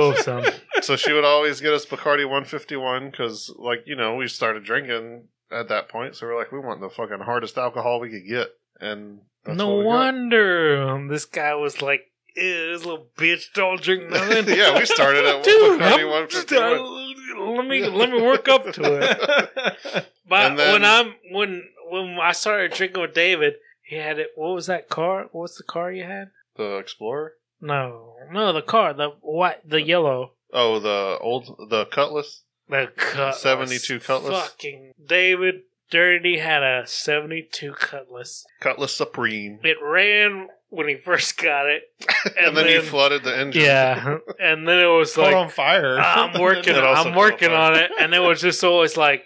(laughs) owe some. so she would always get us Bacardi 151 because, like you know, we started drinking at that point, so we're like, we want the fucking hardest alcohol we could get, and that's no what we got. wonder um, this guy was like, "Ew, this little bitch (laughs) don't drink nothing." yeah, we started at (laughs) Dude, Bacardi I'm- 151. uh, let me let me work up to (laughs) it. But And then- when I'm when when I started drinking with David, he had it. What was that car? What's the car you had? The Explorer? No, no, the car, the white, the yellow, Oh, the old the Cutlass. the Cutlass. 72 Cutlass? Fucking David Dirty had a seventy-two Cutlass. Cutlass Supreme. It ran when he first (laughs) got it, And, then, you flooded the engine. yeah, (laughs) and then it was Caught like "Ah, on fire. (laughs) I'm working. That also I'm working on qualifies. it, and it was just always like,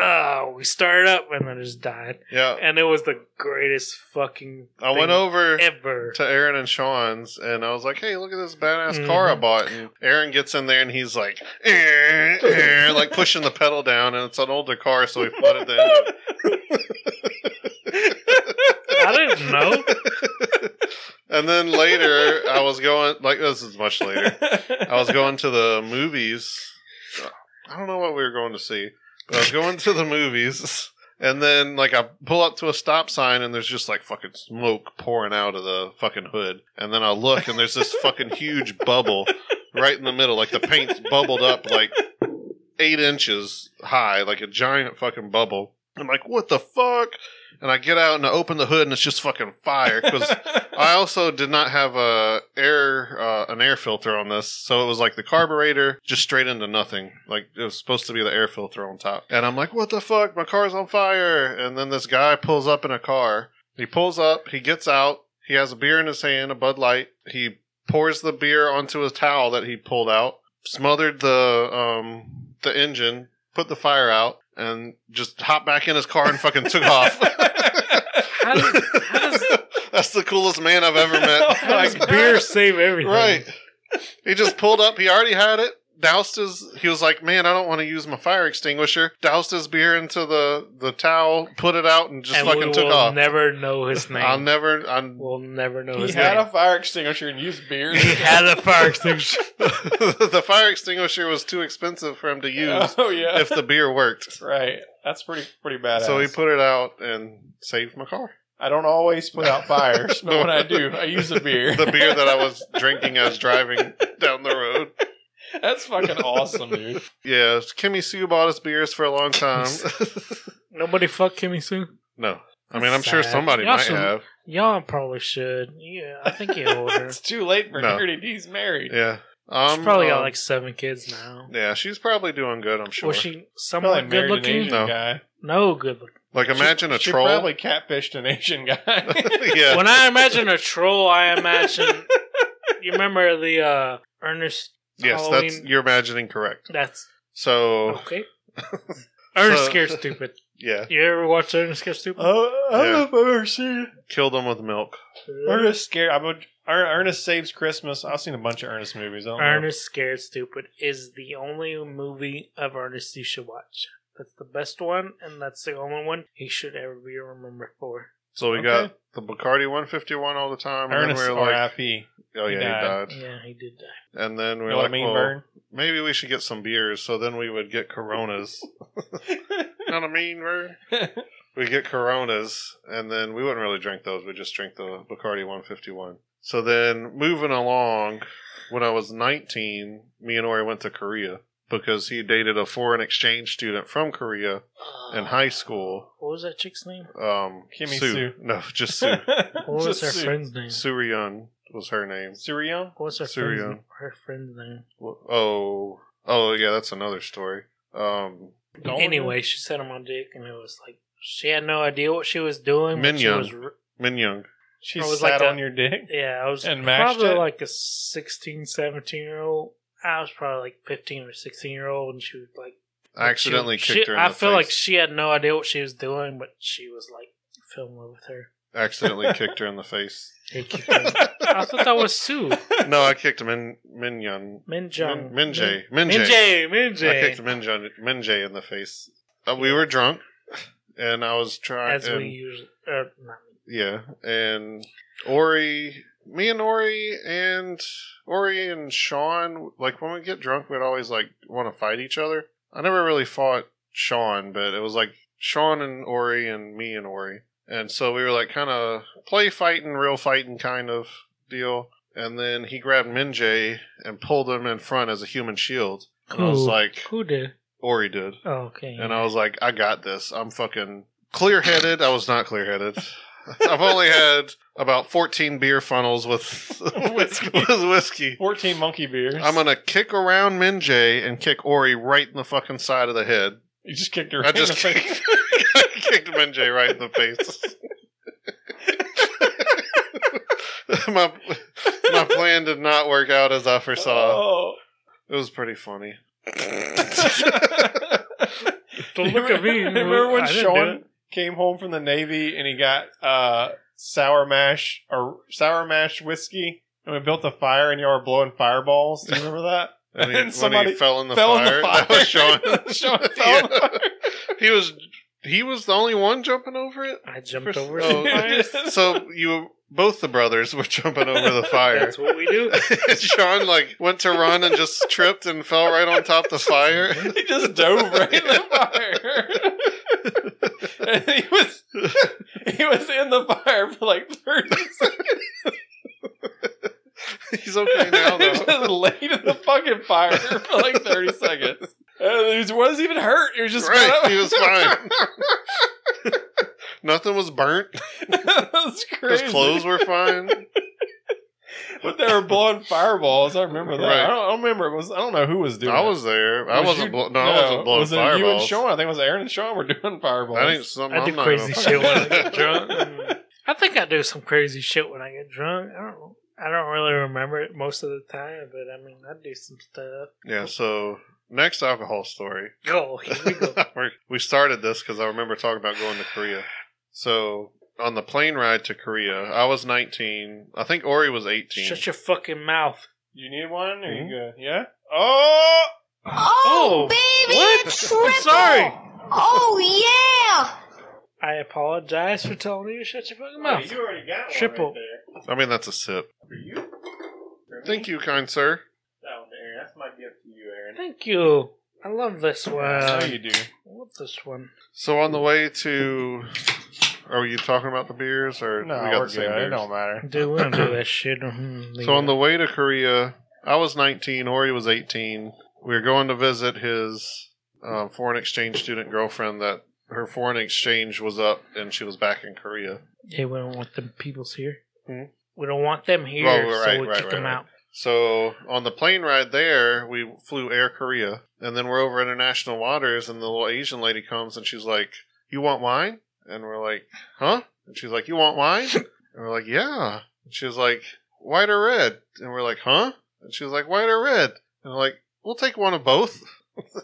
uh, we started up and then it just died, Yeah. and it was the greatest fucking I went thing over ever. to Aaron and Sean's and I was like, Hey, look at this badass car I Mhm. bought and Aaron gets in there and he's like "Eh, eh," like pushing the pedal down and it's an older car, so he flooded the engine. (laughs) I didn't know. And then later I was going like this is much later. (laughs) I was going to the movies. I don't know what we were going to see, but I was going to the movies, and then like I pull up to a stop sign, and there's just like fucking smoke pouring out of the fucking hood, and then I look, and there's this fucking huge bubble right in the middle, like the paint's bubbled up like eight inches high, like a giant fucking bubble. I'm like, what the fuck? And I get out and I open the hood, and it's just fucking (laughs) fire because I also did not have a air uh, an air filter on this, so it was like the carburetor just straight into nothing. Like it was supposed to be the air filter on top, and I'm like, "What the fuck? My car's on fire!" And then this guy pulls up in a car. He pulls up. He gets out. He has a beer in his hand, a Bud Light. He pours the beer onto a towel that he pulled out, smothered the um the engine, put the fire out, and just hopped back in his car and fucking took off. How does, how does, (laughs) That's the coolest man I've ever (laughs) met. how does beer save everything? Right. He just pulled up. He already had it. Doused his. He was like, "Man, I don't want to use my fire extinguisher." Doused his beer into the the towel, put it out, and just and fucking we took will off. never know his name. I'll never. (laughs) I (laughs) we'll never know He his had name. a fire extinguisher and used beer. he had a fire extinguisher. the fire extinguisher was too expensive for him to use (laughs) oh yeah, if the beer worked. right. That's pretty pretty badass. So he put it out and saved my car. I don't always put out fires, but No. when I do, (laughs) I use a beer. The beer that I was drinking as driving down the road. (laughs) That's fucking awesome, dude. Yeah, Kimmy Sue bought us beers for a long time. (laughs) (laughs) Nobody fuck Kimmy Sue. no, I mean I'm sure Sad. somebody Y'all might should- have. Y'all probably should. Yeah, I think you owe (laughs) her. it's too late for No. Nerdy D's married. Yeah, um, She's probably got um, like seven kids now. Yeah, she's probably doing good. I'm sure. Was she Probably somewhat good married an looking? Asian No. guy. No, good looking. like imagine she, a she troll. probably (laughs) catfished an Asian guy. (laughs) (laughs) yeah, When I imagine a troll, I imagine. (laughs) you remember the uh Ernest? yes, that's Halloween- you're imagining correct. That's So okay. (laughs) Ernest So- Scared Stupid. yeah, You ever watch Ernest Scared Stupid? Oh, I don't Yeah. know if I've ever seen it. kill them with milk. Ernest scared. I would. Er- Ernest Saves Christmas. I've seen a bunch of Ernest movies. I don't Ernest Scared Stupid is the only movie of Ernest you should watch. That's the best one, and that's the only one he should ever be remembered for. So we Okay. got the Bacardi 151 all the time. know. and then Ernest we were like, R.I.P. oh yeah, he died. died. Yeah, he did die. And then You we were know what I like, mean, well, (laughs) Vern? maybe we should get some beers. So then we would get Coronas. You know what I mean, (laughs) Vern? We get Coronas, and then we wouldn't really drink those. We just drink the Bacardi 151. So then moving along, when I was 19, me and Ori went to Korea because he dated a foreign exchange student from Korea in high school. What was that chick's name? Um, Kimmy Sue. No, just (laughs) Sue. What was Just her Su- friend's name? Suryeon was her name. Surreal? What was her Surya. friend's, her friend's name? Oh, oh yeah, that's another story. Um, Don't- anyway, she sent him on dick, and it was like she had no idea what she was doing. but She Minyun. was, r- Minyoung. she I was sat like a- on your (laughs) dick. yeah, I was And mashed probably it? like a 16, 17 year old. I was probably like 15 or 16 year old, and she was like, I accidentally she, kicked she- her. In I the feel like face. she had no idea what she was doing, but she was like, fell in love with her. accidentally kicked her in the (laughs) face. He kicked her. I thought that was Sue. No, I kicked Min Minyoung. Minjung. Min- Minjae. Minjae. Minjay. I kicked Minjay. Minjun Minjay in the face. Uh, we were drunk, and I was trying. As And, we usually. Uh, not me. Yeah, and Ori, me and Ori, and Ori and Sean. Like when we get drunk, we'd always like want to fight each other. I never really fought Sean, but it was like Sean and Ori and me and Ori, and so we were like kind of play fighting, real fighting kind of deal. And then he grabbed Minjay and pulled him in front as a human shield, and I was Who- like, Who did? Ori did. Oh, okay. And I was like, I got this. I'm fucking clear headed. I was not clear headed. (laughs) I've only had about 14 beer funnels with, (laughs) Whiskey. with, with whiskey. 14 monkey beers. I'm going to kick around Minjay and kick Ori right in the fucking side of the head. you just kicked her I in the just face. kicked, (laughs) I kicked Minjay right in the face. (laughs) my, my plan did not work out as I foresaw. Oh. It was pretty funny. Don't look (laughs) at me. (laughs) Remember when I didn't do Sean it. came home from the Navy and he got uh, sour mash or sour mash whiskey, and we built a fire and y'all were blowing fireballs. Do you remember that? (laughs) And he, And when somebody he fell in the fell fire, (laughs) in the fire. that was Sean. (laughs) Sean fell in the Yeah. fire. he was he was the only one jumping over it. I jumped First- over oh. (laughs) some (laughs) fires. So you both the brothers were jumping over the (laughs) fire. That's what we do. Sean like went to run and just tripped and fell right on top of the fire. (laughs) he just dove right in the fire. (laughs) and he was (laughs) he was in the fire for like thirty (laughs) seconds. He's okay now he though. (laughs) just laid in the fucking fire for like (laughs) thirty seconds. And he was- wasn't even hurt. He was just Right, he was fine. (laughs) Nothing was burnt. (laughs) that was crazy. His clothes were fine. But they were blowing fireballs. I remember that. I, Right. don't, I don't remember. It was I don't know who was doing. I it. was there. I Was wasn't. you- Blo- no, I wasn't blowing was it fireballs. You and Sean. I think it was Aaron and Sean were (laughs) doing fireballs. That ain't something I I'm do not crazy gonna- shit when (laughs) I get drunk. Mm. I think I do some crazy shit when I get drunk. I don't. I don't really remember it most of the time, but I mean, I do some stuff. Yeah, so Next alcohol story. Oh, here we go. (laughs) We're- we started this because I remember talking about going to Korea. So on the plane ride to Korea, I was 19. I think Ori was 18. Shut your fucking mouth. You need one? Or Mhm. you good? Yeah? Oh! Oh, Oh, baby, what? a triple. sorry. Oh, yeah. I apologize for telling you to shut your fucking mouth. You already got one. Triple. Right there. I mean, that's a sip. For you? For me? Thank you, kind sir. That one to Aaron. That's my gift to you, Aaron. Thank you. I love this one. I know I you do. love this one. So on the way to, are you talking about the beers or No, we we got are the same good. It beers? don't matter. Dude, we don't do (clears throat) that shit. Mm-hmm. So on the way to Korea, I was 19, Ori was 18. We were going to visit his um, foreign exchange student girlfriend that her foreign exchange was up and she was back in Korea. Yeah, we don't want them peoples here. Hmm? We don't want them here, Well, right, so we right, kick right, them right. out. So on the plane ride there, we flew Air Korea, and then we're over international waters, and the little Asian lady comes and she's like, "You want wine?" And we're like, "Huh?" And she's like, "You want wine?" And we're like, "Yeah." And she's like, "White or red?" And we're like, "Huh?" And she's like, "White or red?" And we're like, "We'll take one of both." (laughs)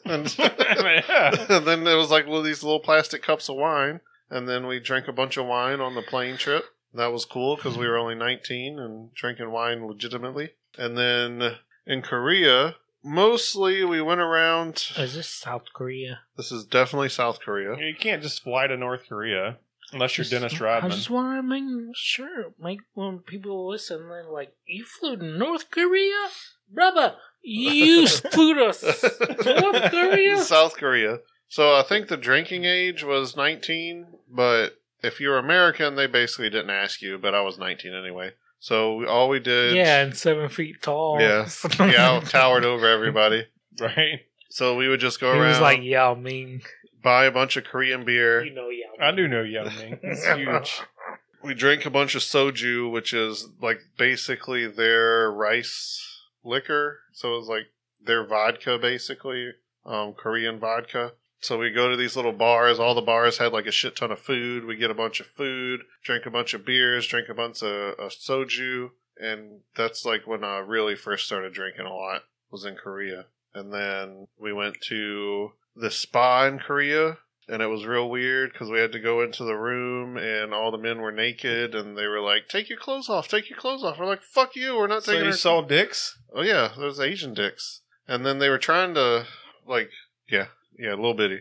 and, (laughs) yeah. and then there was like well, these little plastic cups of wine, and then we drank a bunch of wine on the plane trip. That was cool because we were only 19 and drinking wine legitimately. And then in Korea, mostly we went around. Is this South Korea? This is definitely South Korea. (laughs) You can't just fly to North Korea unless you're Just- Dennis I Rodman. just want to make sure, make when people listen, they're like, "You flew to North Korea, brother? (laughs) You flew to S- North (laughs) Korea?" South Korea. So I think the drinking age was 19, but if you're American, they basically didn't ask you, but I was 19 anyway. So we- all we did. Yeah, and seven feet tall. (laughs) Yeah. Yeah, I towered over everybody. Right? So we would just go He around, was like Yao Ming. buy a bunch of Korean beer. You know Yao. I Ming. do know Yao (laughs) Ming. It's huge. (laughs) We drank a bunch of soju, which is like basically their rice liquor. So it's like their vodka, basically um, Korean vodka. So we go to these little bars. All the bars had like a shit ton of food. We get a bunch of food, drink a bunch of beers, drink a bunch of, of soju, and that's like when I really first started drinking a lot. Was in Korea, and then we went to the spa in Korea, and it was real weird because we had to go into the room, and all the men were naked, and they were like, "Take your clothes off, take your clothes off." We're like, "Fuck you, we're not So taking." you our- saw (laughs) dicks? Oh yeah, those Asian dicks. And then they were trying to like yeah, yeah, a little bitty.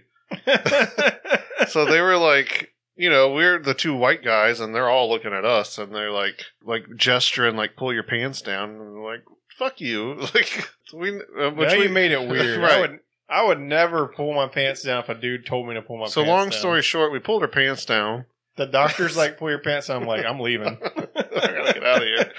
So they were like, you know, we're the two white guys and they're all looking at us and they're like like gesturing like pull your pants down and we're like fuck you. (laughs) Like we uh, which now we you made it (laughs) weird. I, Right. would, I would never pull my pants down if a dude told me to pull my So pants long down. story short, we pulled our (laughs) pants down. The (laughs) doctor's like, pull your pants down. I'm like, I'm leaving. I (laughs) gotta get out of here.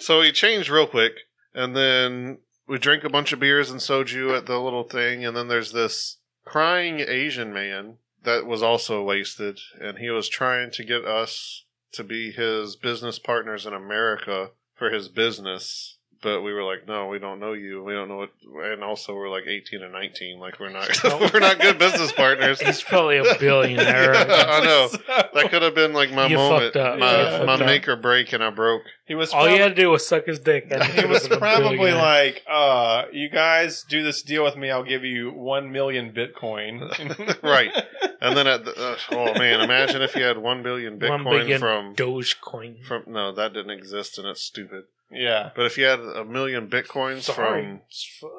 So we changed real quick, and then we drank a bunch of beers and soju at the little thing, and then there's this crying Asian man that was also wasted, and he was trying to get us to be his business partners in America for his business. But we were like, no, we don't know you. We don't know what. And also, we're like 18 and 19. Like, we're (laughs) not, (laughs) we're not good business partners. He's probably (laughs) a billionaire. Yeah. I know. So- That could have been like my You moment, fucked up. You my, fucked my up. make or break, and I broke. he was All you probably, had to do was suck his dick. and he (laughs) was a probably billionaire. like, uh, you guys do this deal with me. I'll give you 1 million Bitcoin. (laughs) Right. And then at the, uh, oh man, imagine if you had one billion Bitcoin One billion from Dogecoin. from no, that didn't exist and it's stupid. (laughs) Yeah. But if you had a million Bitcoins from Sorry. Fuck.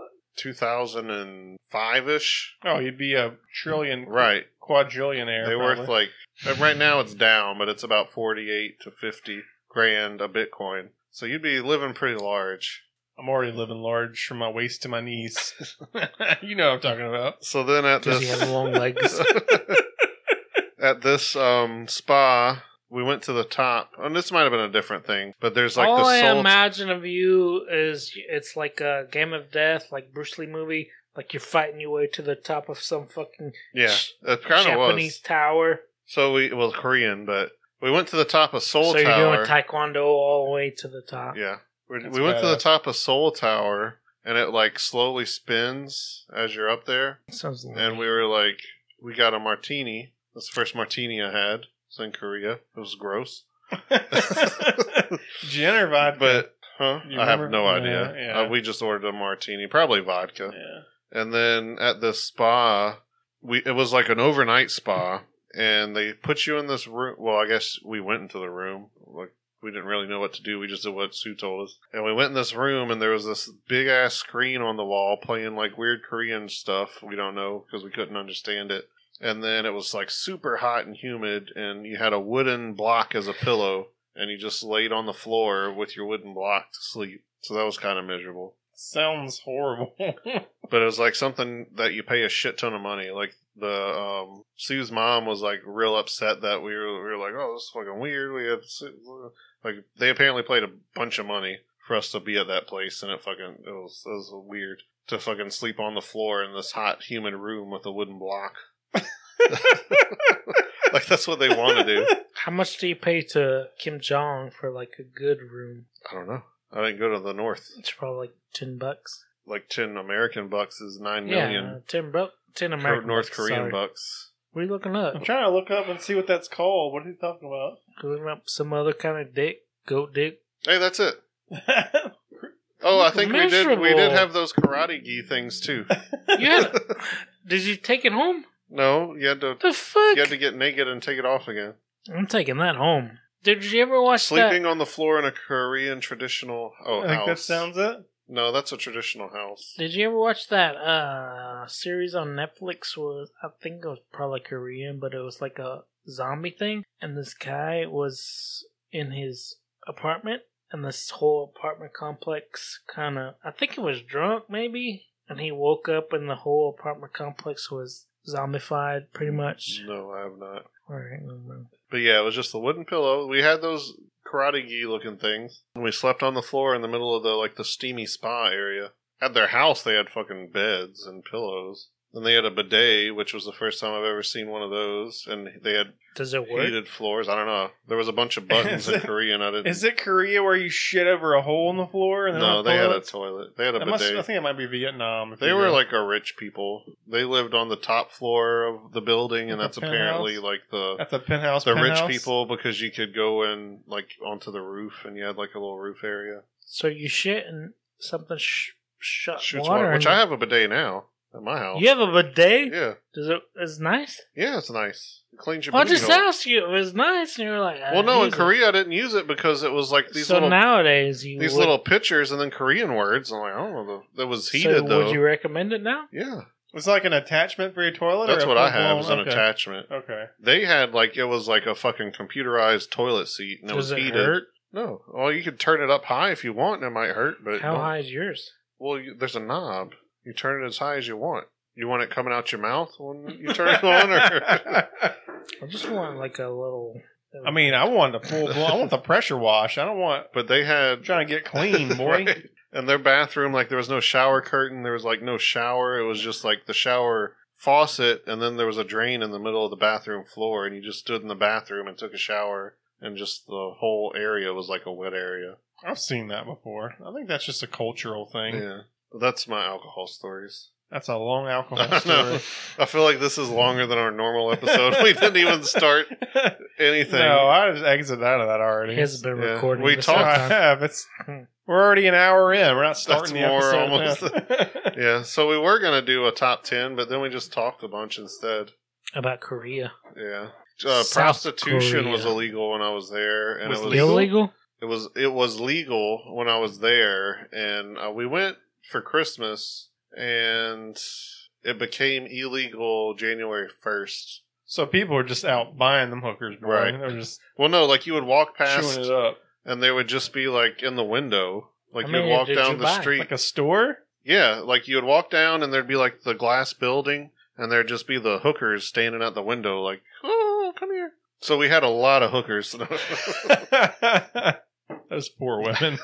2005 ish, Oh, he'd be a trillion, right? quadrillionaire. They probably. worth like and right now it's down, but it's about 48 to 50 grand a Bitcoin. So you'd be living pretty large. I'm already living large from my waist to my (laughs) knees. you know what I'm talking about. So then at Does he this have (laughs) long legs? at this um spa. We went to the top, and this might have been a different thing, but there's like All the Oh, I salt. imagine of you is it's like a game of death, like Bruce Lee movie. Like you're fighting your way to the top of some fucking yeah, it kind of was. Japanese tower. So we well Korean, but we went to the top of Seoul so you're Tower. doing taekwondo all the way to the top. yeah, we, That's we went to the badass. top of Seoul Tower, and it like slowly spins as you're up there. Sounds like Mhm. And we were like, we got a martini. That's the first martini I had. It's in Korea. It was gross, (laughs) Gin or vodka? but huh? You I have remember? no No, idea. yeah. Uh, we just ordered a martini, probably vodka. yeah. and then at the spa, we it was like an overnight spa, and they put you in this room. Well, I guess we went into the room. Like we didn't really know what to do. We just did what Sue told us, and we went in this room, and there was this big ass screen on the wall playing like weird Korean stuff. We don't know because we couldn't understand it. And then it was like super hot and humid, and you had a wooden block as a pillow, and you just laid on the floor with your wooden block to sleep. So that was kind of miserable Sounds (laughs) horrible. but it was like something that you pay a shit ton of money. Like the um, Sue's mom was like real upset that we were, we were like, oh, this is fucking weird. We had to- like they apparently played a bunch of money for us to be at that place, and it fucking it was it was weird to fucking sleep on the floor in this hot, humid room with a wooden block. (laughs) like that's what they want to (laughs) do. How much do you pay to Kim Jong for like a good room? I don't know. I didn't go to the north. It's probably like ten bucks. Like ten American bucks is nine Yeah, million ten bu- ten Kor- American North bucks, Korean sorry. bucks. What are you looking (laughs) up? I'm trying to look up and see what that's called. What are you talking about? Looking up some other kind of dick, goat dick. Hey, that's it. Oh, I think we did. We did Miserable. have those karate gi things too. You had, did you take it home? No, you had to The fuck? you had to get naked and take it off again. I'm taking that home. Did you ever watch Sleeping on the floor in a Korean traditional (laughs) oh I house. think that sounds it. no, that's a traditional house. that? Did you ever watch that uh series on Netflix? Was I think it was probably Korean, but it was like a zombie thing, and this guy was in his apartment, and this whole apartment complex kind of I think he was drunk maybe, and he woke up, and the whole apartment complex was zombified pretty Mm-hmm. much. No, I have not. All right, mm, But yeah, it was just the wooden pillow. We had those karate gi looking things, and we slept on the floor in the middle of the like the steamy spa area. At their house, they had fucking beds and pillows. And they had a bidet, which was the first time I've ever seen one of those. And they had does it work? heated floors. I don't know. There was a bunch of buttons (laughs) Is in it- Korean. I didn't. Is it Korea where you shit over a hole in the floor? And no, they had a toilet? toilet. They had a That bidet. must, I think it might be Vietnam. if they you were go- like a rich people. They lived on the top floor of the building, and Like a that's apparently penthouse? like the at the penthouse. the rich penthouse? people because you could go in like onto the roof, and you had like a little roof area. So you shit and something sh- shot Shoots water, water, which in I it. have a bidet now at my house. You have a bidet? yeah, Does it? It's nice. yeah. It's nice. It cleans your. Well, I booty just hole. asked you. It was nice, and you were like, I Well, no, in use it. Korea I didn't use it because it was like these so little nowadays you these would, little pictures and then Korean words. I'm like, I don't know. the- That was so heated though. Would you recommend it now? Yeah, It's like an attachment for your toilet. that's or a what I full have. blown- Is an okay. attachment. Okay. They had like it was like a fucking computerized toilet seat, and it Does was it heated. hurt? No, well, you could turn it up high if you want, and it might hurt. But How don't- high is yours? Well, you, there's a knob. You turn it as high as you want. You want it coming out your mouth (laughs) when you (laughs) turn it on, or (laughs) (laughs) I just want like a little. I mean, I want the full blown. I want the pressure wash. I don't want. but they I'm had trying to get clean, boy. (laughs) Right. And their bathroom, like there was no shower curtain. There was like no shower. It was just like the shower faucet, and then there was a drain in the middle of the bathroom floor, and you just stood in the bathroom and took a shower, and just the whole area was like a wet area. I've seen that before. I think that's just a cultural thing. Yeah, that's my alcohol stories. That's a long Oh, alcohol (laughs) I know. story. I feel like this is longer than our normal episode. (laughs) we didn't even start anything. no, I just exited out of that already. it has been yeah. recording. We this So talked- I (laughs) whole time. have. It's we're already an hour in. We're not starting more the episode. almost. now. (laughs) yeah, so we were gonna do a top ten, but then we just talked a bunch instead. about Korea. Yeah, uh, South prostitution Korea. was illegal when I was there, and Was it was Legal? Illegal? It was it was legal when I was there, and uh, we went for Christmas, and it became illegal January first. so people are just out buying them hookers, boy. Right. They're just Well, no, like you would walk past, chewing it up and they would just be like in the window, like How you would many walk did down you the buy? street. like a store. (laughs) yeah, like you would walk down, and there'd be like the glass building, and there'd just be the hookers standing at the window, like, oh, come here. So we had a lot of hookers. (laughs) Those poor (laughs) women.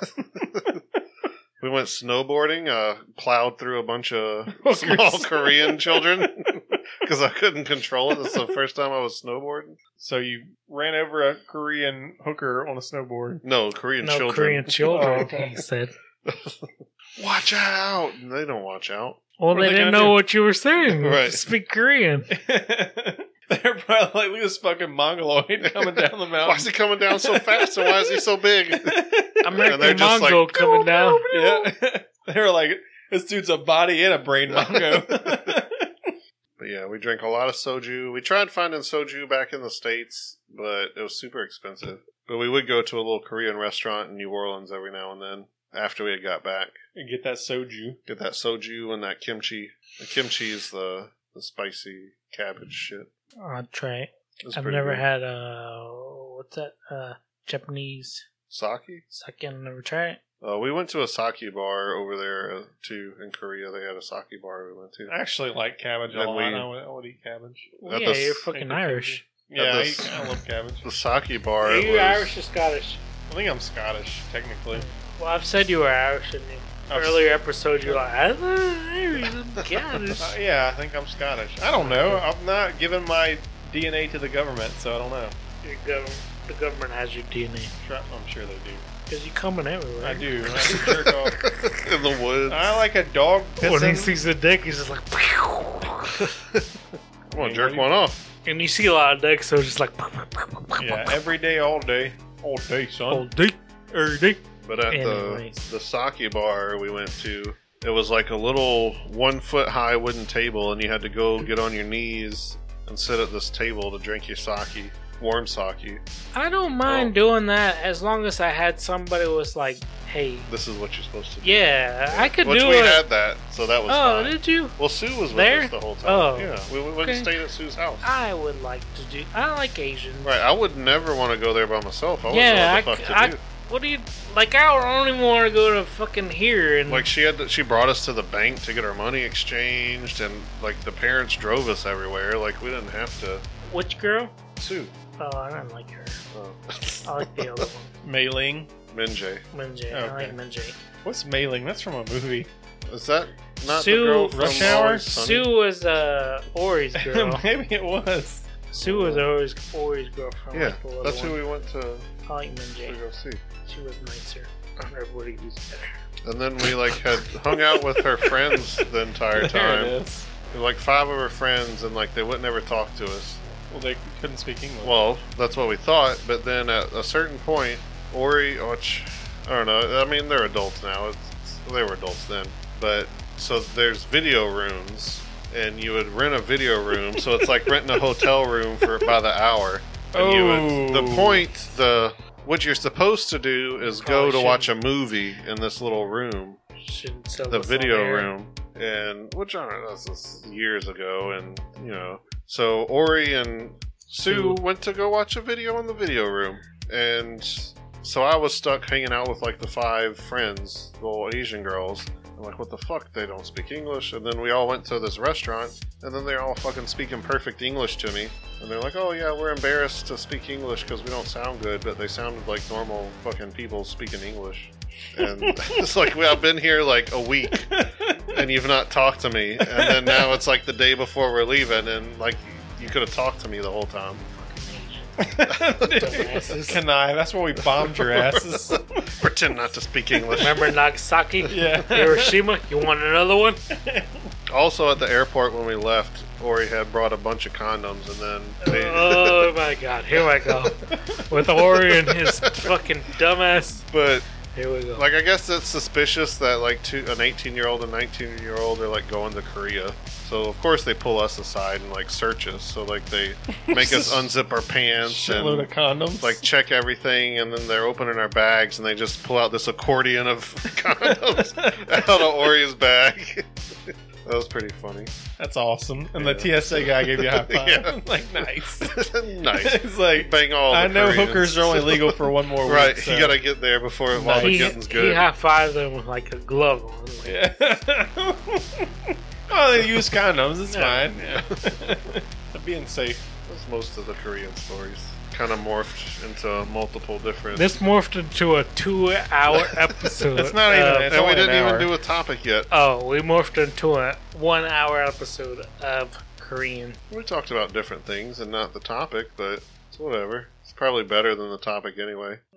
We went snowboarding, uh, plowed through a bunch of Hookers. small (laughs) Korean children (laughs) because I couldn't control it. That's the first time I was snowboarding. so you ran over a Korean hooker on a snowboard. No, Korean no, children. (laughs) Korean children. Oh, okay. He said. Watch out! And they don't watch (laughs) out. Well, What are they they didn't gonna know do? what you were (laughs) saying. Right. Speak (laughs) Korean. (laughs) They're probably like, look at this fucking mongoloid (laughs) coming down the Why is mountain. he coming down so fast (laughs) and why is he so big? (laughs) American just like, Mongol coming down. yeah. (laughs) They were like, This dude's a body and a (laughs) brain mongo. (laughs) But yeah, we drank a lot of soju. We tried finding soju back in the States, but it was super expensive. But we would go to a little Korean restaurant in New Orleans every now and then after we had got back. and get that soju. Get that soju and that kimchi. The kimchi is the, the spicy cabbage shit. I'll try it. It's I've pretty never good. had uh what's that? Uh Japanese sake. sake. I've never tried it. Uh, we went to a sake bar over there uh, too in Korea. They had a sake bar we went to. I actually like cabbage a Then lot. we- I, would, I would eat cabbage. Well, At yeah, the you're s- fucking at the Irish. Yeah, I, this- eat- I love cabbage. The sake bar. Are it you was- (laughs) Irish or Scottish? I think I'm Scottish, technically. Well, I've said you were Irish in the I've- earlier episode. You're like, I'm not Irish, (laughs) I'm (laughs) Scottish. Uh, yeah, I think I'm Scottish. I don't know. I'm not giving my DNA to the government, so I don't know. Your gov- the government has your DNA Try- I'm sure they do. because you coming everywhere. I do. I do jerk (laughs) off. in the woods. I like a dog When he pissing. sees the dick, he's just like, (laughs) "Pew." Come on, jerk one off. and you see a lot of dicks, so it's just like, "Pew, pew, pew, pew, pew, Yeah, (laughs) pew." every day, all day, all day, son. Old "Oh, dick, every day. But at Anyways. the the sake bar we went to, it was like a little one foot high wooden table, and you had to go get on your knees and sit at this table to drink your sake, warm sake. I don't mind doing that as long as I had somebody who was like, hey, This is what you're supposed to do. yeah, I could Which do we it. had that, so that was oh, fine. did you? Well, Sue was with There? us the whole time. Oh. yeah, we, we went Okay. and stayed at Sue's house. I would like to do. I like Asians. Right, I would never want to go there by myself. I Yeah, wouldn't know what the I- fuck to I- do. What do you like? I don't even want to go to fucking here and Like she had, to, she brought us to the bank to get our money exchanged, and like the parents drove us everywhere. Like we didn't have to. which girl? Sue, Oh, I don't like her. oh. (laughs) I like the other one, Mailing. Minjay, (laughs) Minjay. I like Okay. Minjay. What's mailing? That's from a movie. is that not Sue- the girl from Rush Hour? Always Sunny? Sue was uh (laughs) Ori's girl. (laughs) Maybe it was. Sue was always Ori's girlfriend. Yeah, like the little that's who one. we went to, I like to Minjay. go see. She was nicer. Everybody was uh, better. And then we like had hung out with her friends (laughs) the entire There it time. is. Like five of her friends, and like they wouldn't ever talk to us. Well, they couldn't speak English. (laughs) Well, that's what we thought, but then at a certain point, Ori, which I don't know. I mean, they're adults now. It's, it's- they were adults then, but so there's video rooms, and you would rent a video room. so it's like renting a hotel room for by the hour. And you would, the Oh. point, the what you're supposed to do is go Probably to watch a movie in this little room Shouldn't sell the this on video air. room and which I don't know this is years ago and you know so ori and sue Sue. went to go watch a video in the video room and so i was stuck hanging out with like the five friends the little asian girls i'm like what the fuck they don't speak english and then we all went to this restaurant and then they're all fucking speaking perfect english to me and they're like oh yeah we're embarrassed to speak english because we don't sound good but they sounded like normal fucking people speaking english and (laughs) it's like we, i've been here like a week and you've not talked to me. And then now it's like the day before we're leaving, and like you could have talked to me the whole time. (laughs) Dumbasses. Kanai, that's why we bombed your (laughs) asses. Pretend not to speak English. (laughs) Remember Nagasaki? yeah. Hiroshima? You want another one? Also, at the airport when we left, Ori had brought a bunch of condoms, and then they, Uh. Oh my god, here I go. With Ori and his fucking dumbass. but Here we go. like I guess it's suspicious that like two, an 18 year old and 19 year old are like going to Korea. So of course they pull us aside and like search us. So like they (laughs) make us unzip our pants Shitload and of condoms. like check everything and then they're opening our bags and they just pull out this accordion of (laughs) condoms out of Ori's bag. (laughs) that was pretty funny. (laughs) that's awesome. And Yeah. the TSA guy gave you a high five. (laughs) (laughs) Yeah. like nice. (laughs) nice. It's like Bang all. I the know Koreans. hookers are only legal (laughs) for one more week. right. so- You gotta get there before while the he, getting's he good. high fived them with like a glove on. (laughs) Like, Yeah. (laughs) oh, they use condoms. It's fine. (laughs) They're Being safe. That's most of the Korean stories. Kind of morphed into multiple different. (laughs) This morphed into a two hour episode. uh, It's not even of- an- and we only didn't hour. even do a topic yet. Oh, we morphed into a one hour episode of Korean. We talked about different things and not the topic, but it's whatever. It's probably better than the topic anyway.